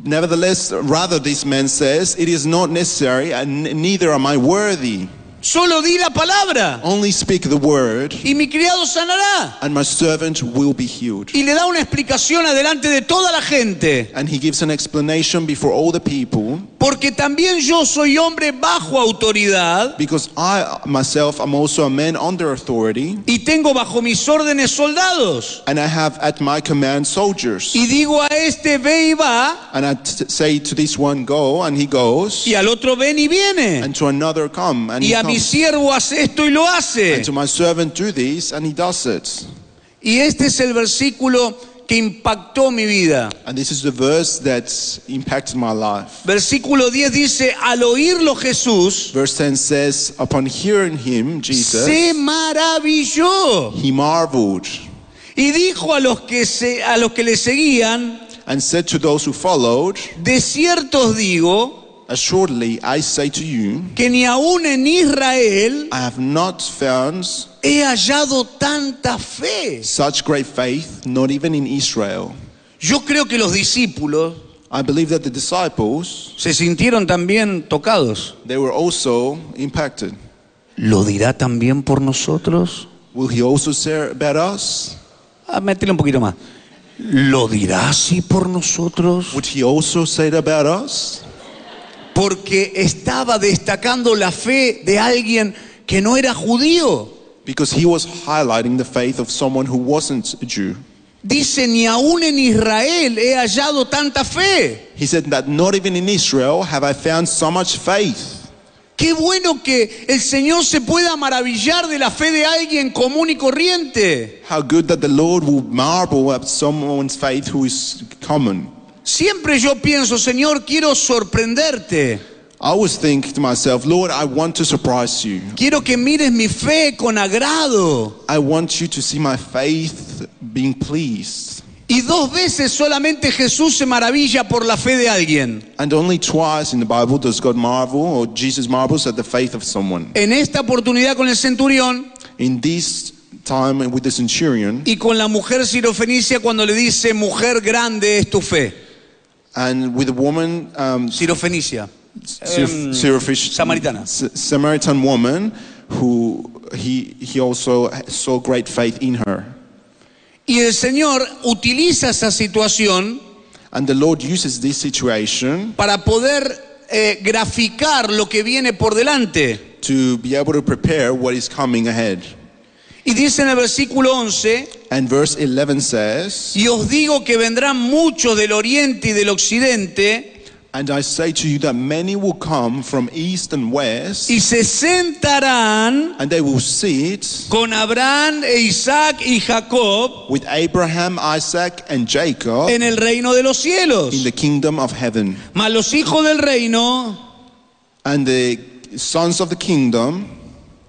S3: Nevertheless, rather, this man says, It is not necessary, and neither am I worthy.
S4: Solo di la palabra
S3: Only speak the word,
S4: y mi criado sanará.
S3: and my servant will be healed.
S4: Y le da una explicación adelante de toda la gente,
S3: And he gives an explanation before all the people
S4: porque también yo soy hombre bajo autoridad
S3: because I myself am also a man under authority,
S4: y tengo bajo mis órdenes soldados.
S3: and I have at my command soldiers.
S4: Y digo a este, ve y va,
S3: And I t- say to this one, Go, and he goes,
S4: y al otro ven y viene.
S3: and to another, Come, and
S4: Y
S3: he
S4: a mi
S3: comes.
S4: siervo hace esto y lo hace.
S3: And to my servant, do this, and he does it.
S4: Y este es el versículo que impactó mi vida.
S3: And this is the verse that impacted my life.
S4: Versículo 10 dice, al oírlo Jesús,
S3: Verse 10 says, Upon hearing him, Jesus,
S4: se maravilló
S3: he marveled
S4: y dijo a los que, se, a los que le seguían,
S3: and said to those who followed,
S4: de cierto os digo
S3: Assuredly, I say to you,
S4: que ni aun en Israel
S3: I have not found
S4: he hallado tanta fe.
S3: such great faith, not even in Israel.
S4: Yo creo que los discípulos
S3: I believe that the disciples,
S4: se sintieron también tocados.
S3: they were also impacted.
S4: ¿Lo dirá también por nosotros?
S3: Will he also say about us?
S4: Ah, métele un poquito más. ¿Lo dirá así por nosotros?
S3: Would he also say it about us?
S4: Porque estaba destacando la fe de alguien que no era judío.
S3: Because he was highlighting the faith of someone who wasn't a Jew.
S4: Dice, ni aún en Israel he hallado tanta fe.
S3: He said that not even in Israel have I found so much faith.
S4: Qué bueno que el Señor se pueda maravillar de la fe de alguien común y corriente.
S3: How good that the Lord will marvel at someone's faith who is common.
S4: Siempre yo pienso, Señor, quiero sorprenderte.
S3: I always think to myself, Lord, I want to surprise you.
S4: Quiero que mires mi fe con agrado.
S3: I want you to see my faith being pleased.
S4: Y dos veces solamente Jesús se maravilla por la fe de alguien.
S3: And only twice in the Bible does God marvel or Jesus marvels at the faith of someone.
S4: En esta oportunidad con el centurión
S3: In this time with the centurion
S4: y con la mujer sirofenicia cuando le dice, mujer grande es tu fe.
S3: and with the woman, um,
S4: Sirofenicia.
S3: Syroph- Syrophish-
S4: Samaritana.
S3: S- Samaritan woman who he, he also saw great faith in her.
S4: Y el Señor utiliza esa situación
S3: And the Lord uses this situation
S4: para poder eh, graficar lo que viene por delante.
S3: to be able to prepare what is coming ahead.
S4: Y dice en el versículo 11,
S3: And verse 11 says,
S4: y os digo que vendrán muchos del oriente y del occidente
S3: And I say to you that many will come from east and west,
S4: y se sentarán
S3: and they will sit
S4: con Abraham e Isaac y Jacob
S3: with Abraham, Isaac, and Jacob
S4: en el reino de los
S3: in
S4: cielos.
S3: the kingdom of heaven.
S4: Mas los hijos del reino
S3: And the sons of the kingdom,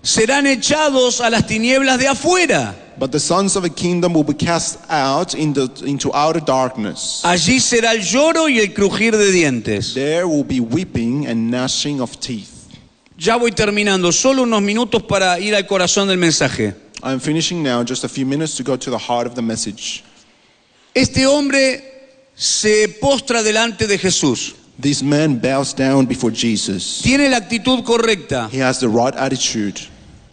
S4: serán echados a las tinieblas de afuera.
S3: but the sons of the kingdom will be cast out in the, into outer darkness.
S4: Allí será el lloro y el crujir de dientes.
S3: There will be weeping and gnashing of teeth.
S4: Ya voy terminando, solo unos minutos para ir al corazón del mensaje.
S3: I'm finishing now, just a few minutes to go to the heart of the message.
S4: Este hombre se postra delante de Jesús.
S3: This man bows down before Jesus.
S4: Tiene la actitud correcta.
S3: He has the right attitude.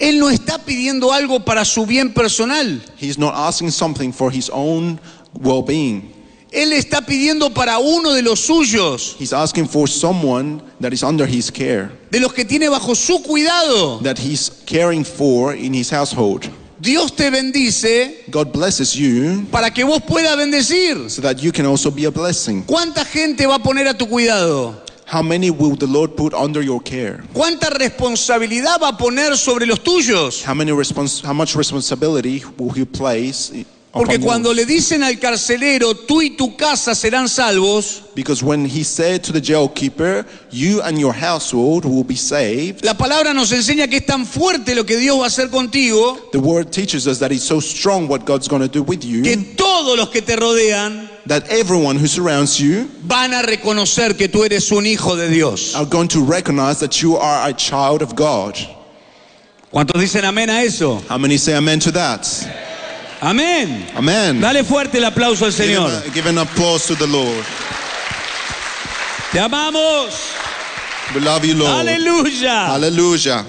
S4: Él no está pidiendo algo para su bien personal.
S3: He's not asking something for his own well being.
S4: Él está pidiendo para uno de los suyos,
S3: He's asking for someone that is under his care,
S4: de los que tiene bajo su cuidado.
S3: that he's caring for in his household.
S4: Dios te bendice
S3: God blesses you
S4: para que vos puedas bendecir.
S3: so that you can also be a blessing.
S4: ¿Cuánta gente va a poner a tu cuidado?
S3: How many will the Lord put under your care?
S4: ¿Cuánta responsabilidad va a poner sobre los tuyos?
S3: How, many respons- how much responsibility will he place? i-
S4: Porque
S3: upon you?
S4: cuando le dicen al carcelero, tú y tu casa serán salvos,
S3: Because when he said to the jailkeeper, You and your household will be saved,
S4: la palabra nos enseña que es tan fuerte lo que Dios va a hacer contigo
S3: the word teaches us that it's so strong what God's going to do with
S4: que
S3: you
S4: todos los que te rodean
S3: that everyone who surrounds you
S4: van a reconocer que tú eres un hijo de Dios.
S3: are going to recognize that you are a child of God.
S4: ¿Cuántos dicen amén a eso?
S3: How many say amen to that?
S4: Amén.
S3: Amen.
S4: Dale fuerte el aplauso al
S3: Give,
S4: Señor.
S3: an, give an applause to the Lord.
S4: Te amamos.
S3: We love you, Lord.
S4: Aleluya.
S3: Hallelujah.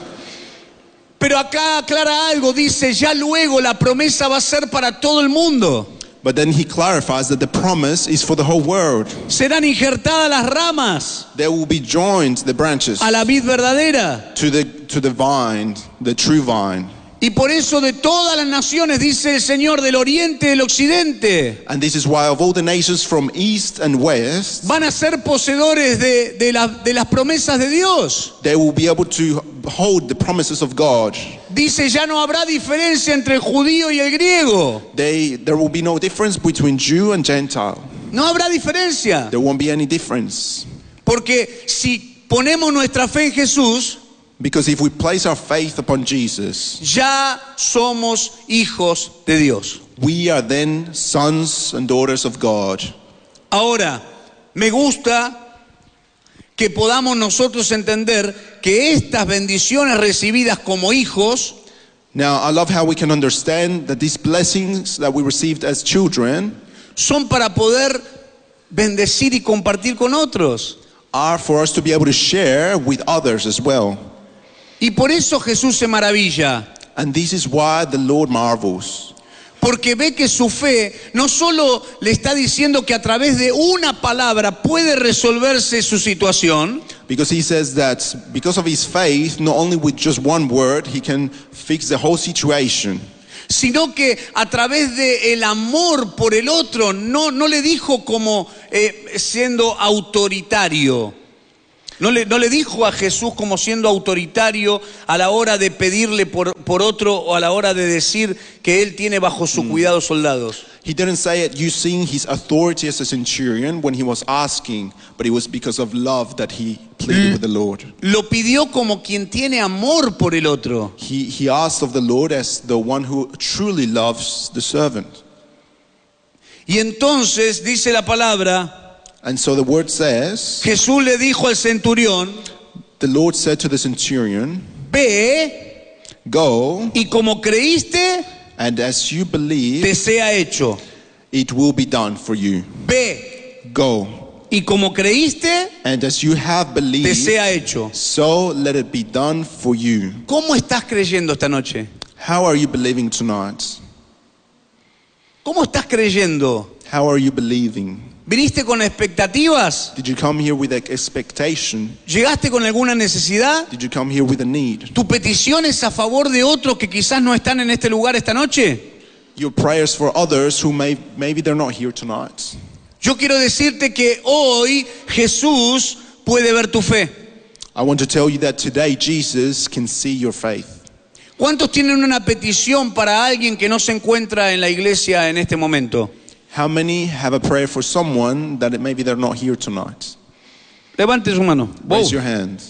S4: Pero acá aclara algo, dice, ya luego la promesa va a ser para todo el mundo.
S3: But then he clarifies that the promise is for the whole world.
S4: Serán injertadas las ramas
S3: There will be joined the branches
S4: a la vid verdadera.
S3: to the to the vine, the true vine.
S4: Y por eso de todas las naciones, dice el Señor, del oriente y del occidente,
S3: And this is why, of all the nations from east and west,
S4: van a ser poseedores de, de la- de las promesas de Dios.
S3: they will be able to hold the promises of God.
S4: Dice, ya no habrá diferencia entre el judío y el griego.
S3: They, there will be no difference between Jew and Gentile.
S4: No habrá diferencia.
S3: There won't be any difference.
S4: Porque si ponemos nuestra fe en Jesús,
S3: Because if we place our faith upon Jesus,
S4: ya somos hijos de Dios.
S3: we are then sons and daughters of God.
S4: Ahora, me gusta que podamos nosotros entender que estas bendiciones recibidas como hijos
S3: Now, I love how we can understand that these blessings that we received as children
S4: son para poder bendecir y compartir con otros.
S3: are for us to be able to share with others as well.
S4: Y por eso Jesús se maravilla.
S3: And this is why the Lord marvels.
S4: Porque ve que su fe no solo le está diciendo que a través de una palabra puede resolverse su situación,
S3: Because he says that because of his faith, not only with just one word, he can fix the whole situation.
S4: sino que a través de el amor por el otro, no, no le dijo como eh, siendo autoritario. No le, no le dijo a Jesús como siendo autoritario a la hora de pedirle por, por otro o a la hora de decir que él tiene bajo su cuidado soldados.
S3: He didn't say it using his authority as a centurion when he was asking, but it was because of love that he pleaded with the Lord.
S4: Lo pidió como quien tiene amor por el otro.
S3: He, he asked of the Lord as the one who truly loves the servant.
S4: Y entonces dice la palabra,
S3: And so the word says,
S4: Jesús le dijo al centurión,
S3: The Lord said to the centurion,
S4: ve
S3: Go,
S4: y como creíste,
S3: and as you
S4: te
S3: believe,
S4: sea hecho.
S3: it will be done for you.
S4: Ve
S3: Go,
S4: y como creíste,
S3: and as you have
S4: te
S3: believed,
S4: sea hecho.
S3: so let it be done for you.
S4: ¿Cómo estás creyendo esta noche?
S3: How are you believing tonight?
S4: ¿Cómo estás creyendo?
S3: How are you believing?
S4: ¿Viniste con expectativas?
S3: Did you come here with an expectation?
S4: ¿Llegaste con alguna necesidad?
S3: Did you come here with a need?
S4: ¿Tu petición es a favor de otros que quizás no están en este lugar esta noche?
S3: Your prayers for others who may maybe they're not here tonight.
S4: Yo quiero decirte que hoy Jesús puede ver tu fe.
S3: I want to tell you that today Jesus can see your faith.
S4: ¿Cuántos tienen una petición para alguien que no se encuentra en la iglesia en este momento?
S3: How many have a prayer for someone that it, maybe they're not here tonight?
S4: Levante su mano. Wow,
S3: Raise your hand.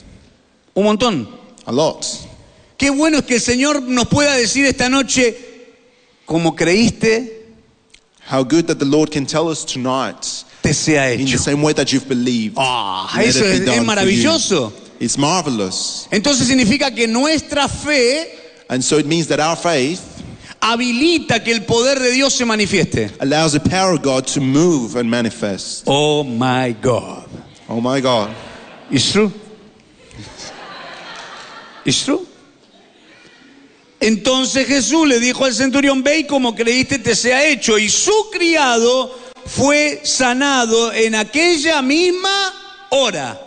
S4: un montón.
S3: A lot.
S4: Qué bueno es que el Señor nos pueda decir esta noche, como creíste,
S3: How good that the Lord can tell us tonight
S4: te sea
S3: in the
S4: hecho.
S3: same way that you've believed.
S4: Ah,
S3: Let
S4: eso
S3: it be
S4: es- es
S3: done for you.
S4: maravilloso.
S3: It's marvelous.
S4: Entonces significa que nuestra fe
S3: And so it means that our faith
S4: habilita que el poder de Dios se manifieste.
S3: allows the power of God to move and manifest.
S4: Oh my God.
S3: Oh my God.
S4: It's true. It's true. Entonces Jesús le dijo al centurión, ve y como creíste te sea hecho. Y su criado fue sanado en aquella misma hora.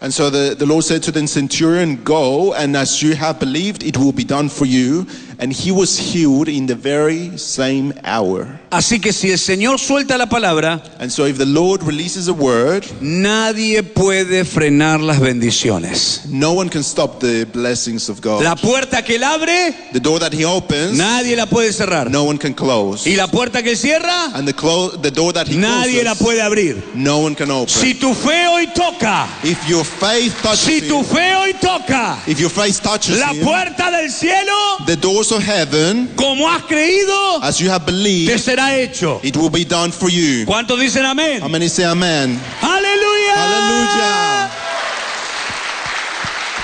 S3: And so the, the Lord said to the centurion, Go, and as you have believed, it will be done for you. And he was healed in the very same hour.
S4: Así que si el Señor suelta la palabra,
S3: And so if the Lord releases a word,
S4: nadie puede frenar las bendiciones.
S3: no one can stop the blessings of God.
S4: La puerta que él abre,
S3: The door that he opens,
S4: nadie la puede cerrar.
S3: no one can close.
S4: Y la puerta que él cierra,
S3: And the, clo- the door that he
S4: nadie la
S3: closes,
S4: puede abrir.
S3: no one can open.
S4: Si tu fe hoy toca,
S3: if your faith touches
S4: Si tu
S3: him,
S4: fe hoy toca
S3: if your faith touches
S4: la
S3: him,
S4: puerta del cielo,
S3: the doors of heaven,
S4: como has creído,
S3: as you have
S4: te
S3: believed,
S4: será hecho.
S3: it will be done for you.
S4: ¿Cuántos dicen amén?
S3: How many say amen?
S4: ¡Aleluya!
S3: Hallelujah.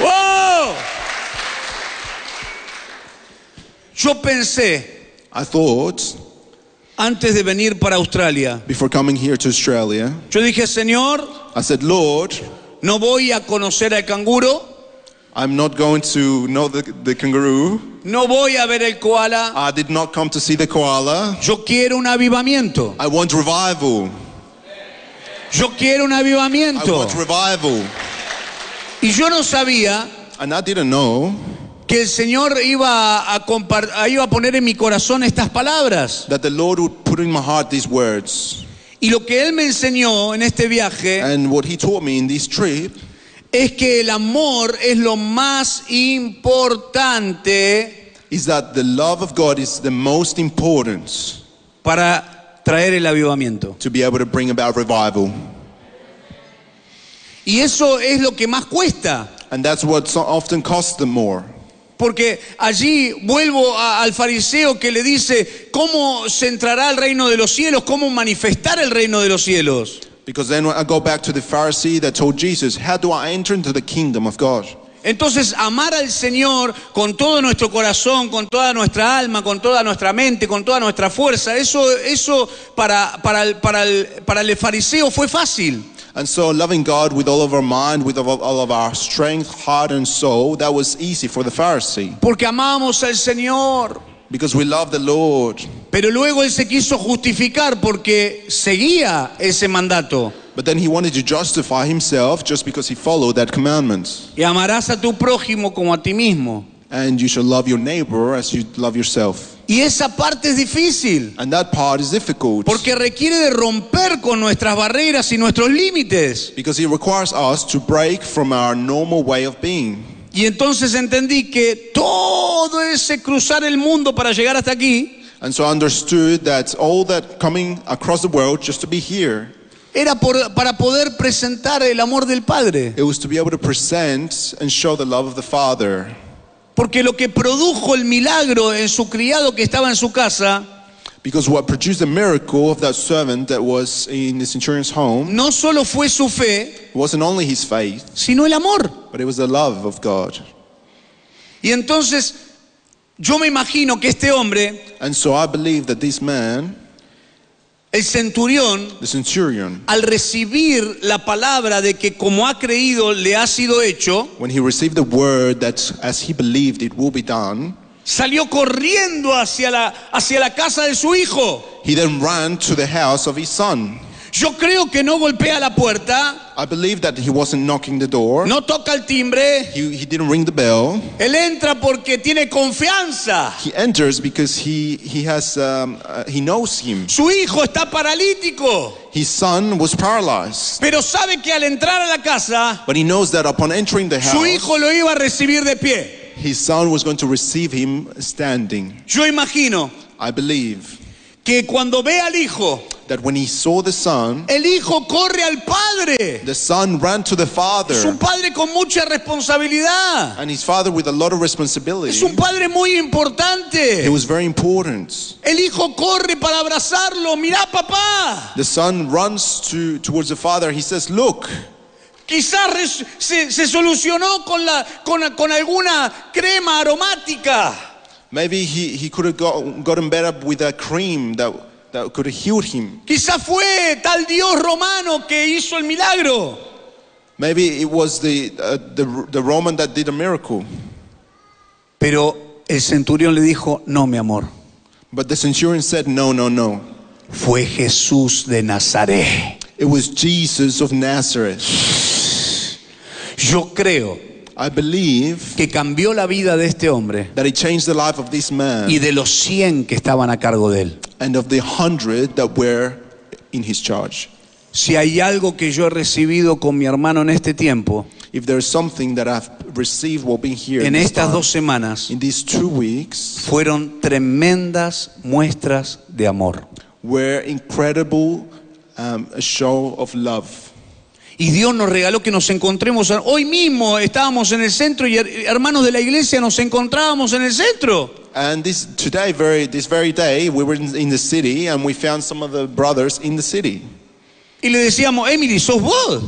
S4: ¡Wow! Yo pensé,
S3: I thought
S4: antes de venir para Australia,
S3: before coming here to Australia,
S4: yo dije, Señor,
S3: I said, Lord,
S4: no voy a conocer al canguro,
S3: I'm not going to know the, the kangaroo.
S4: no voy a ver el koala,
S3: I did not come to see the koala.
S4: yo quiero un avivamiento,
S3: I want revival.
S4: yo quiero un
S3: I
S4: avivamiento.
S3: want revival.
S4: Y yo no sabía
S3: And I didn't know
S4: que el Señor iba a, compar- a- iba a poner en mi corazón estas palabras.
S3: that the Lord would put in my heart these words.
S4: Y lo que Él me enseñó en este viaje
S3: And what He taught me in this trip
S4: es que el amor es lo más importante
S3: is that the love of God is the most important
S4: para traer el avivamiento.
S3: to be able to bring about revival.
S4: Y eso es lo que más cuesta.
S3: And that's what so often costs them more.
S4: Porque allí vuelvo a- al fariseo que le dice, ¿cómo se entrará al reino de los cielos? ¿Cómo manifestar el reino de los cielos?
S3: Because then I go back to the Pharisee that told Jesus, How do I enter into the kingdom of God?
S4: Entonces, amar al Señor con todo nuestro corazón, con toda nuestra alma, con toda nuestra mente, con toda nuestra fuerza, eso, eso para, para, el, para, el, para el fariseo fue fácil.
S3: And so, loving God with all of our mind, with all all of our strength, heart, and soul, that was easy for the Pharisee
S4: Porque amamos al Señor.
S3: because we love the Lord.
S4: Pero luego él se quiso justificar porque seguía ese mandato.
S3: But then he wanted to justify himself just because he followed that commandment.
S4: Y amarás a tu prójimo como a ti mismo.
S3: And you shall love your neighbor as you love yourself.
S4: Y esa parte es difícil.
S3: And that part is difficult
S4: Porque requiere de romper con nuestras barreras y nuestros límites.
S3: because it requires us to break from our normal way of being.
S4: Y entonces entendí que todo ese cruzar el mundo para llegar hasta aquí
S3: And so I understood that all that coming across the world just to be here
S4: era por- para poder presentar el amor del Padre.
S3: It was to be able to present and show the love of the Father.
S4: Porque lo que produjo el milagro en su criado que estaba en su casa
S3: Because what produced the miracle of that servant that was in the centurion's home
S4: no solo fue su fe,
S3: wasn't only his faith,
S4: sino el amor.
S3: but it was the love of God.
S4: Y entonces yo me imagino que este hombre,
S3: And so I believe that this man,
S4: el centurión,
S3: the centurion,
S4: al recibir la palabra de que como ha creído le ha sido hecho,
S3: when he received the word that as he believed it will be done,
S4: salió corriendo hacia la, hacia la casa de su hijo.
S3: he then ran to the house of his son.
S4: Yo creo que no golpea la puerta,
S3: I believe that he wasn't knocking the door.
S4: no toca el timbre,
S3: He, he didn't ring the bell.
S4: él entra porque tiene confianza.
S3: He enters because he, he, has, um, uh, he knows him.
S4: Su hijo está paralítico,
S3: His son was paralyzed,
S4: pero sabe que al entrar a la casa,
S3: but he knows that upon entering the
S4: su
S3: house,
S4: hijo lo iba a recibir de pie.
S3: his son was going to receive him standing.
S4: Yo imagino
S3: I believe
S4: que cuando ve al hijo,
S3: that when he saw the son,
S4: el hijo corre al padre.
S3: the son ran to the
S4: Es un
S3: father,
S4: padre con mucha responsabilidad.
S3: and his father with a lot of
S4: Es un
S3: responsibility.
S4: padre muy importante.
S3: It was very important.
S4: El hijo corre para abrazarlo. Mirá, papá.
S3: The son runs to, towards the father. He says, Look,
S4: Quizás res- se, se solucionó con, la, con, la- con alguna crema aromática.
S3: maybe he, he could have got, gotten better with a cream that, that could have healed him.
S4: Quizás fue tal Dios romano que hizo el milagro.
S3: Maybe it was the, uh, the, the Roman that did a miracle.
S4: Pero el centurión le dijo, no, mi amor,
S3: But the centurion said, No, no, no.
S4: fue Jesús de Nazaret.
S3: It was Jesus of Nazareth.
S4: Yo creo
S3: I believe
S4: que cambió la vida de este hombre
S3: that it changed the life of this
S4: y
S3: man
S4: de los 100 que estaban a cargo de él.
S3: and of the hundred that were in his charge.
S4: Si hay algo que yo he recibido con mi hermano en este tiempo,
S3: If there's something that I've received while being here in,
S4: en
S3: this
S4: estas
S3: time,
S4: dos semanas,
S3: in these two weeks
S4: fueron tremendas muestras de amor.
S3: were incredible um, a show of love.
S4: Y Dios nos regaló que nos encontremos. Hoy mismo estábamos en el centro y her- hermanos de la iglesia nos encontrábamos en el centro.
S3: And this today, very this very day, we were in, in the city and we found some of the brothers in the city.
S4: Y le decíamos, Emily, sos vos.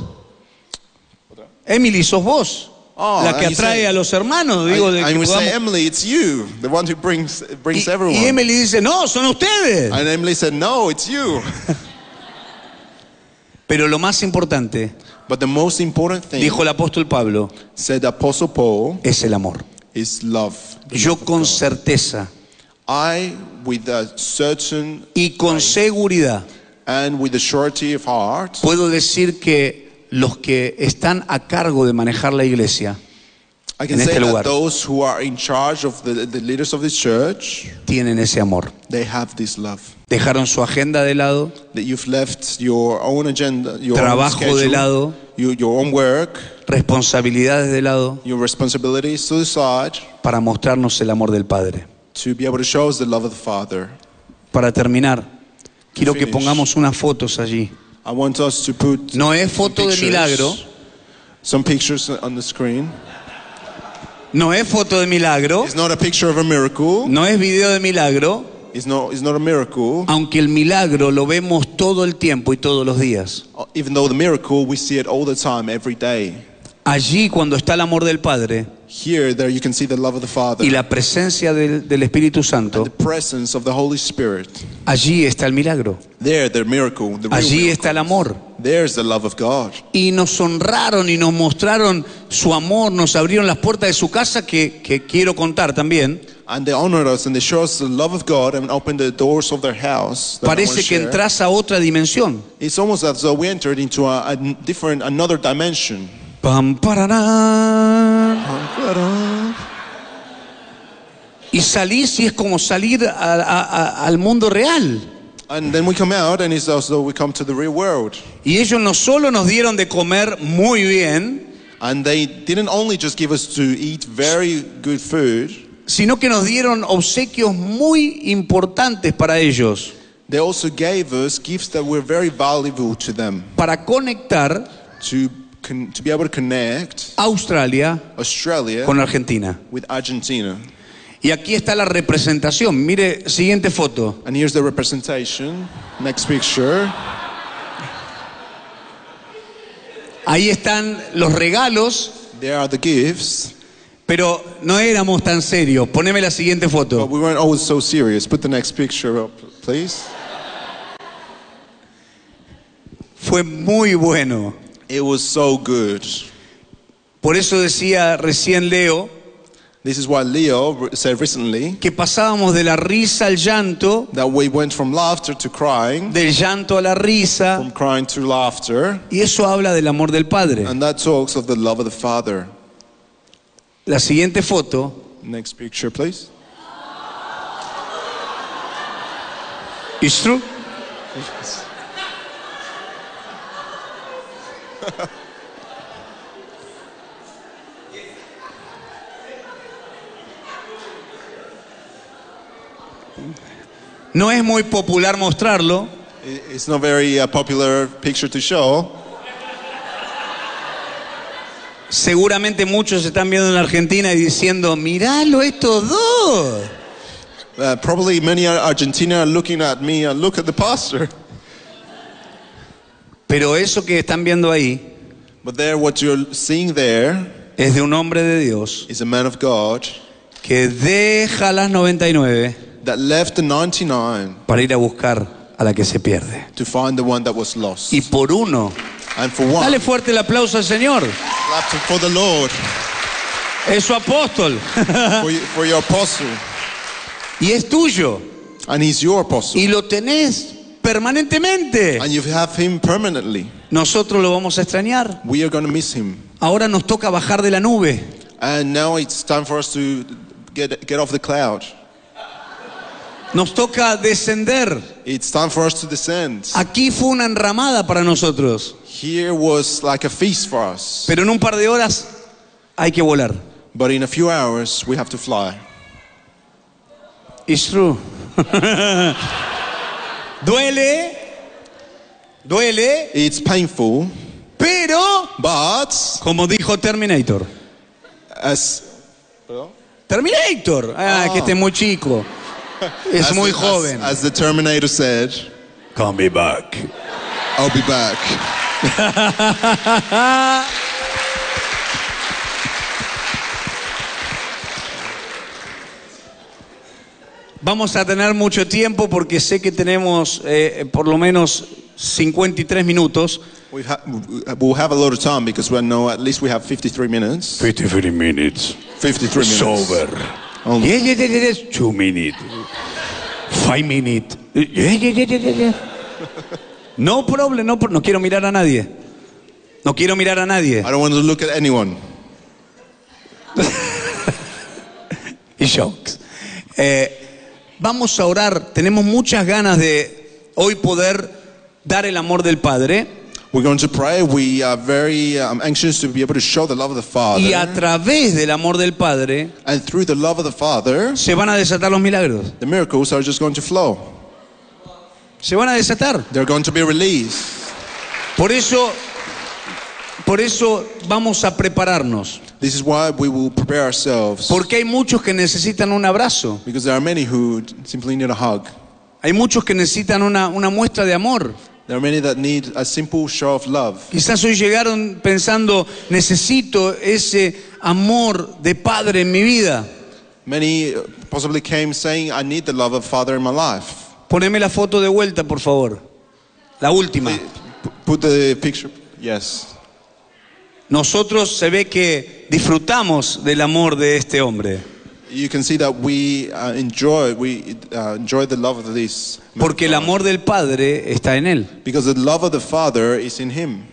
S4: Emily, sos vos.
S3: Oh,
S4: la que
S3: ahí
S4: atrae
S3: se-
S4: a los hermanos, digo, de que
S3: and we say,
S4: podamos-
S3: Emily, it's you, the one who brings brings
S4: y,
S3: everyone.
S4: y Emily dice, no, son ustedes.
S3: And Emily said, No, it's you.
S4: Pero lo más importante,
S3: But the most important thing,
S4: dijo el apóstol Pablo,
S3: said Apostle Paul,
S4: es el amor.
S3: is love.
S4: Yo con certeza
S3: I, with a certain
S4: y con seguridad
S3: and with a surety of heart,
S4: puedo decir que los que están a cargo de manejar la iglesia
S3: I can
S4: En
S3: say
S4: este lugar.
S3: that those who are in charge of the, the leaders of this church,
S4: tienen ese amor.
S3: they have this love.
S4: Dejaron su agenda de lado,
S3: That you've left your own agenda, your own
S4: Trabajo de
S3: schedule,
S4: lado.
S3: you- your own work,
S4: responsabilidades de lado,
S3: your responsibilities to the side
S4: para mostrarnos el amor del Padre.
S3: to be able to show us the love of the Father.
S4: Para terminar, quiero que
S3: Finish.
S4: pongamos unas fotos allí.
S3: I want us to put
S4: No es
S3: some
S4: foto de
S3: pictures-
S4: milagro,
S3: some pictures on the screen.
S4: no es foto de milagro,
S3: It's not a picture of a miracle.
S4: no Um, es video de milagro,
S3: It's not, it's not a miracle,
S4: aunque el milagro lo vemos todo el tiempo y todos los días.
S3: Uh, even though the miracle, we see it all the time, every day.
S4: Allí cuando está el amor del Padre
S3: Here, there, you can see the love of the Father,
S4: y la presencia del, del Espíritu
S3: the
S4: Santo,
S3: presence of the Holy Spirit.
S4: allí está el milagro,
S3: There, the miracle, the real
S4: allí
S3: miracle.
S4: está el amor.
S3: There's the love of God.
S4: Y nos honraron y nos mostraron su amor, nos abrieron las puertas de su casa, que, que quiero contar también.
S3: And they honor us and they show us the love of God and open the doors of their house. that I wanna
S4: Parece que
S3: share.
S4: entras a otra dimensión.
S3: It's almost as though we entered into a, a different, another dimension.
S4: Pam, pararán. Y salís y es como salir a- a- a- al mundo real.
S3: And then we come out and it's as though we come to the real world.
S4: Y ellos no solo nos dieron de comer muy bien,
S3: And they didn't only just give us to eat very good food.
S4: sino que nos dieron obsequios muy importantes para ellos,
S3: They also gave us gifts that were very valuable to them
S4: para conectar
S3: to con- to be able to connect
S4: Australia
S3: Australia
S4: con Argentina.
S3: with Argentina.
S4: Y aquí está la representación. Mire, siguiente foto.
S3: And here's the representation. Next picture.
S4: Ahí están los regalos,
S3: There are the gifts.
S4: pero no éramos tan serios. Poneme la siguiente
S3: But
S4: foto.
S3: we weren't always so serious. Put the next picture up, please.
S4: Fue muy bueno.
S3: It was so good.
S4: Por eso decía recién Leo
S3: This is what Leo re- said recently
S4: que pasábamos de la risa al llanto,
S3: that we went from laughter to crying,
S4: del llanto a la risa,
S3: from crying to laughter,
S4: y eso habla del amor del Padre.
S3: and that talks of the love of the Father.
S4: La siguiente foto,
S3: Next picture, please.
S4: ¿es true? No es muy popular mostrarlo,
S3: I- It's not very uh, popular picture to show.
S4: Seguramente muchos están viendo en la Argentina y diciendo, miralo estos dos.
S3: Uh, probably many are Argentina are looking at me and look at the pastor.
S4: Pero eso que están viendo ahí
S3: But there, what you're seeing there
S4: es de un hombre de Dios
S3: is a man of God
S4: que deja las 99
S3: that left the 99
S4: para ir a buscar a la que se pierde.
S3: to find the one that was lost.
S4: Y por uno.
S3: And for one,
S4: Dale fuerte el aplauso al Señor.
S3: clap to- for the Lord,
S4: Es su apóstol.
S3: for, you, for your apostle.
S4: y es tuyo.
S3: And he's your apostle.
S4: Y lo tenés permanentemente.
S3: And you have him permanently.
S4: Nosotros lo vamos a extrañar.
S3: We are going to miss him.
S4: Ahora nos toca bajar de la nube.
S3: And now it's time for us to get, get off the cloud.
S4: Nos toca descender.
S3: It's time for us to descend.
S4: Aquí fue una enramada para nosotros.
S3: Here was like a feast for us.
S4: Pero en un par de horas hay que volar.
S3: But in a few hours, we have to fly.
S4: It's true. duele, duele,
S3: It's painful,
S4: pero
S3: but
S4: como dijo Terminator.
S3: as
S4: Terminator, ah, que este es muy chico. Es
S3: as
S4: muy
S3: the,
S4: joven.
S3: As, as the Terminator said,
S4: Come me back.
S3: I'll be back.
S4: Vamos a tener mucho tiempo porque sé que tenemos eh, por lo menos 53 minutos.
S3: We ha- we'll have a lot of time because we know at least we have 53 minutes.
S5: 53 minutes.
S3: 53 minutes.
S5: Sober.
S3: Only.
S5: Yeah, yeah, yeah, yeah, yeah. Two minutes. Five minutes. Yeah, yeah, yeah, yeah, yeah.
S4: No problem, no, pro- no quiero mirar a nadie. No quiero mirar a nadie.
S3: I don't want to look at anyone.
S4: Y jokes. Eh, vamos a orar. Tenemos muchas ganas de hoy poder dar el amor del Padre
S3: We're going to pray. We are very um, anxious to be able to show the love of the Father.
S4: y a través del amor del Padre
S3: And through the love of the Father,
S4: se van a desatar los milagros.
S3: the miracles are just going to flow.
S4: Se van a desatar.
S3: They're going to be released.
S4: Por eso, por eso vamos a prepararnos.
S3: This is why we will prepare ourselves.
S4: Porque hay muchos que necesitan un abrazo.
S3: Because there are many who simply need a hug.
S4: Hay muchos que necesitan una, una muestra de amor.
S3: There are many that need a simple show of love.
S4: Quizás hoy llegaron pensando, necesito ese amor de padre en mi vida.
S3: Many uh, possibly came saying, I need the love of Father in my life.
S4: Poneme la foto de vuelta, por favor. La última.
S3: P- put the picture. Yes.
S4: Nosotros se ve que disfrutamos del amor de este hombre.
S3: You can see that we uh, enjoy we uh, enjoy the love of this man.
S4: Porque el amor del Padre está en él.
S3: because the love of the Father is in him.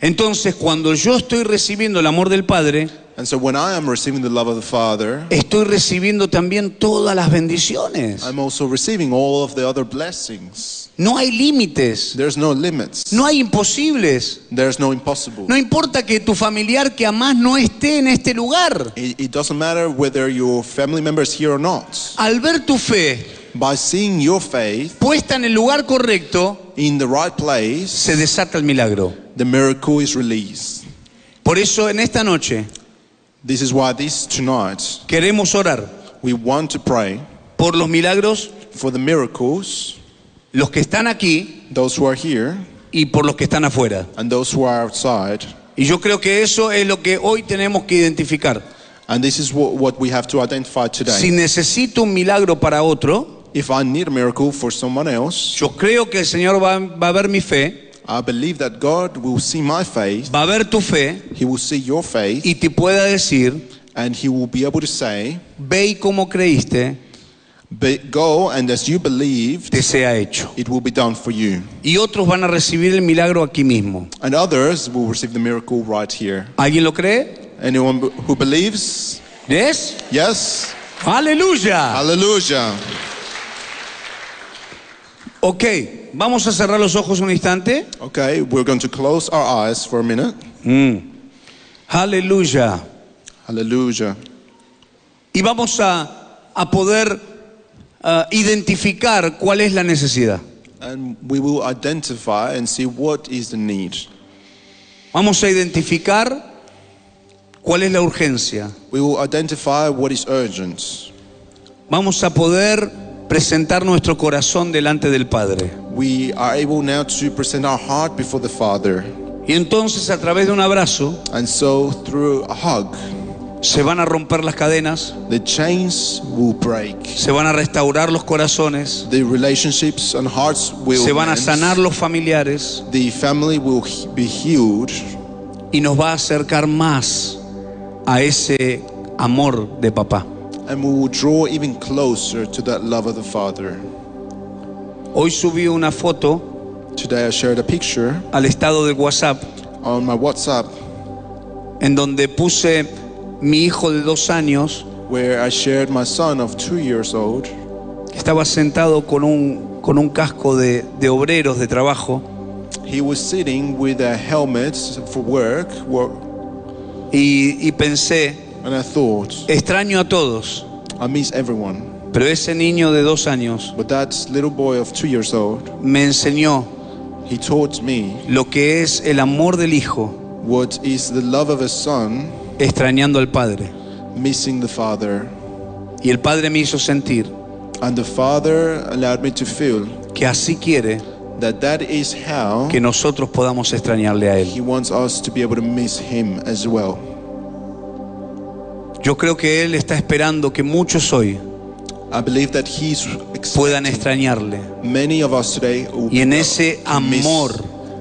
S4: Entonces, cuando yo estoy recibiendo el amor del Padre,
S3: And so when I am receiving the love of the Father,
S4: estoy recibiendo también todas las bendiciones.
S3: I'm also receiving all of the other blessings.
S4: No hay límites,
S3: There's no limits.
S4: no hay imposibles.
S3: There's no impossible.
S4: No importa que tu familiar que amás no esté en este lugar.
S3: It, it doesn't matter whether your family member is here or not.
S4: Al ver tu fe
S3: By seeing your faith
S4: puesta en el lugar correcto,
S3: in the right place,
S4: se desata el milagro.
S3: the miracle is released.
S4: Por eso en esta noche
S3: This is why this tonight
S4: Queremos orar
S3: we want to pray
S4: por los milagros,
S3: for the miracles,
S4: los que están aquí
S3: those who are here
S4: y por los que están afuera.
S3: and those who are outside.
S4: Y yo creo que eso es lo que hoy tenemos que identificar.
S3: And this is what, what we have to identify today.
S4: Si necesito un milagro para otro,
S3: if I need a miracle for someone else,
S4: yo creo que el Señor va, va a ver mi fe,
S3: I believe that God will see my faith,
S4: va a ver tu fe
S3: He will see your faith,
S4: y te pueda decir,
S3: and He will be able to say,
S4: ve y como creíste,
S3: "Be- Go and as you believed,
S4: te sea hecho.
S3: it will be done for you.
S4: Y otros van a recibir el milagro aquí mismo.
S3: And others will receive the miracle right here.
S4: ¿Alguien lo cree?
S3: Anyone b- who believes,
S4: ¿Es?
S3: yes,
S4: ¡Aleluya!
S3: hallelujah.
S4: Ok, vamos a cerrar los ojos un instante.
S3: Okay, we're going to close our eyes for a minute.
S4: Aleluya.
S3: Hallelujah.
S4: Y vamos a, a poder ah, identificar cuál es la necesidad.
S3: And we will identify and see what is the need.
S4: Vamos a identificar cuál es la urgencia.
S3: We will identify what is urgent.
S4: Vamos a poder presentar nuestro corazón delante del Padre.
S3: We are able now to present our heart before the Father.
S4: Y entonces a través de un abrazo
S3: And so, through a hug,
S4: se van a romper las cadenas,
S3: the chains will break,
S4: se van a restaurar los corazones,
S3: the relationships and hearts will
S4: se van a
S3: mend.
S4: sanar los familiares
S3: The family will he- be healed,
S4: y nos va a acercar más a ese amor de papá.
S3: and we will draw even closer to that love of the Father.
S4: Hoy subí una foto
S3: Today, I shared a picture
S4: al estado del WhatsApp
S3: on my WhatsApp
S4: en donde puse mi hijo de dos años
S3: where I shared my son of two years old.
S4: que estaba sentado con un, con un casco de, de obreros de trabajo
S3: He was sitting with a helmet for work, wo-
S4: y, y pensé,
S3: and I thought,
S4: extraño a todos,
S3: I miss everyone.
S4: pero ese niño de dos años
S3: But that little boy of two years old,
S4: me enseñó
S3: he taught me
S4: lo que es el amor del hijo
S3: what is the love of a son
S4: extrañando al padre.
S3: missing the father.
S4: Y el padre me hizo sentir
S3: And the father allowed me to feel
S4: que así quiere
S3: that that is how
S4: que nosotros podamos extrañarle a él.
S3: he wants us to be able to miss him as well.
S4: Yo creo que él está esperando que muchos hoy
S3: I believe that he's
S4: puedan
S3: expecting
S4: extrañarle.
S3: many of us today who
S4: Y en ese
S3: can miss-
S4: amor-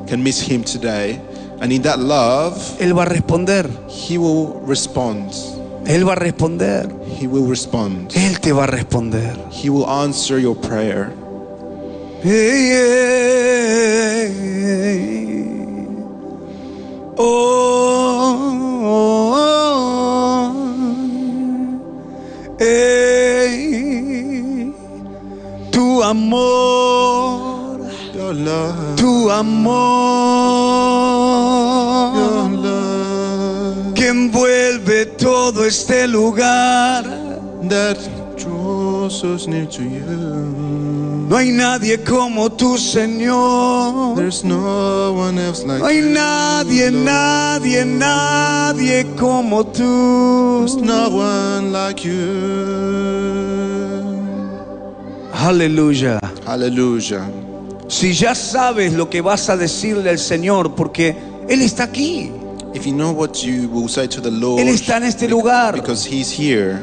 S3: can miss him today. And in that love,
S4: Él va a responder,
S3: he will respond.
S4: él va a responder,
S3: He will respond.
S4: él te va a responder.
S3: He will answer your prayer.
S4: Ey, ey, oh, oh, oh, ey, tu amor,
S3: Your love.
S4: tu amor que envuelve todo este lugar.
S3: that draws us near to you.
S4: No hay nadie como tu Señor.
S3: There's no one else like
S4: No hay
S3: you.
S4: nadie,
S3: Lord.
S4: nadie, nadie como tú.
S3: There's no one like you.
S4: Aleluya.
S3: Hallelujah.
S4: Si ya sabes lo que vas a decirle al Señor, porque Él está aquí.
S3: If you know what you will say to the Lord,
S4: Él está en este lugar.
S3: because He's here,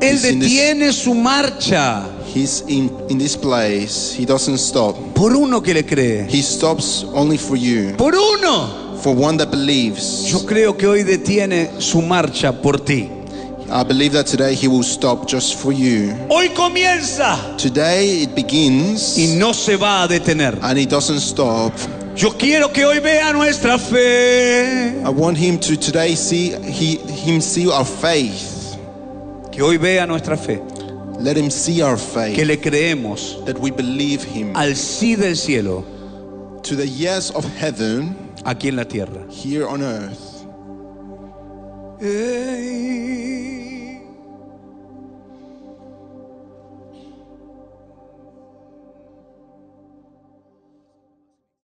S4: Él
S3: He's in this-
S4: detiene su marcha
S3: He's in, in this place, He doesn't stop.
S4: por uno que le cree.
S3: He stops only for you,
S4: Por uno.
S3: for one that believes.
S4: Yo creo que hoy detiene su marcha por ti.
S3: I believe that today He will stop just for you.
S4: Hoy comienza
S3: Today it begins
S4: y no se va a detener.
S3: and it doesn't stop.
S4: Yo quiero que hoy vea nuestra fe.
S3: I want him to today see he, him see our faith.
S4: Que hoy vea nuestra fe.
S3: Let him see our
S4: Que
S3: faith
S4: le creemos
S3: that we believe him
S4: al sí del cielo
S3: to the yes of heaven
S4: aquí en la tierra.
S3: here on earth.
S4: Ey,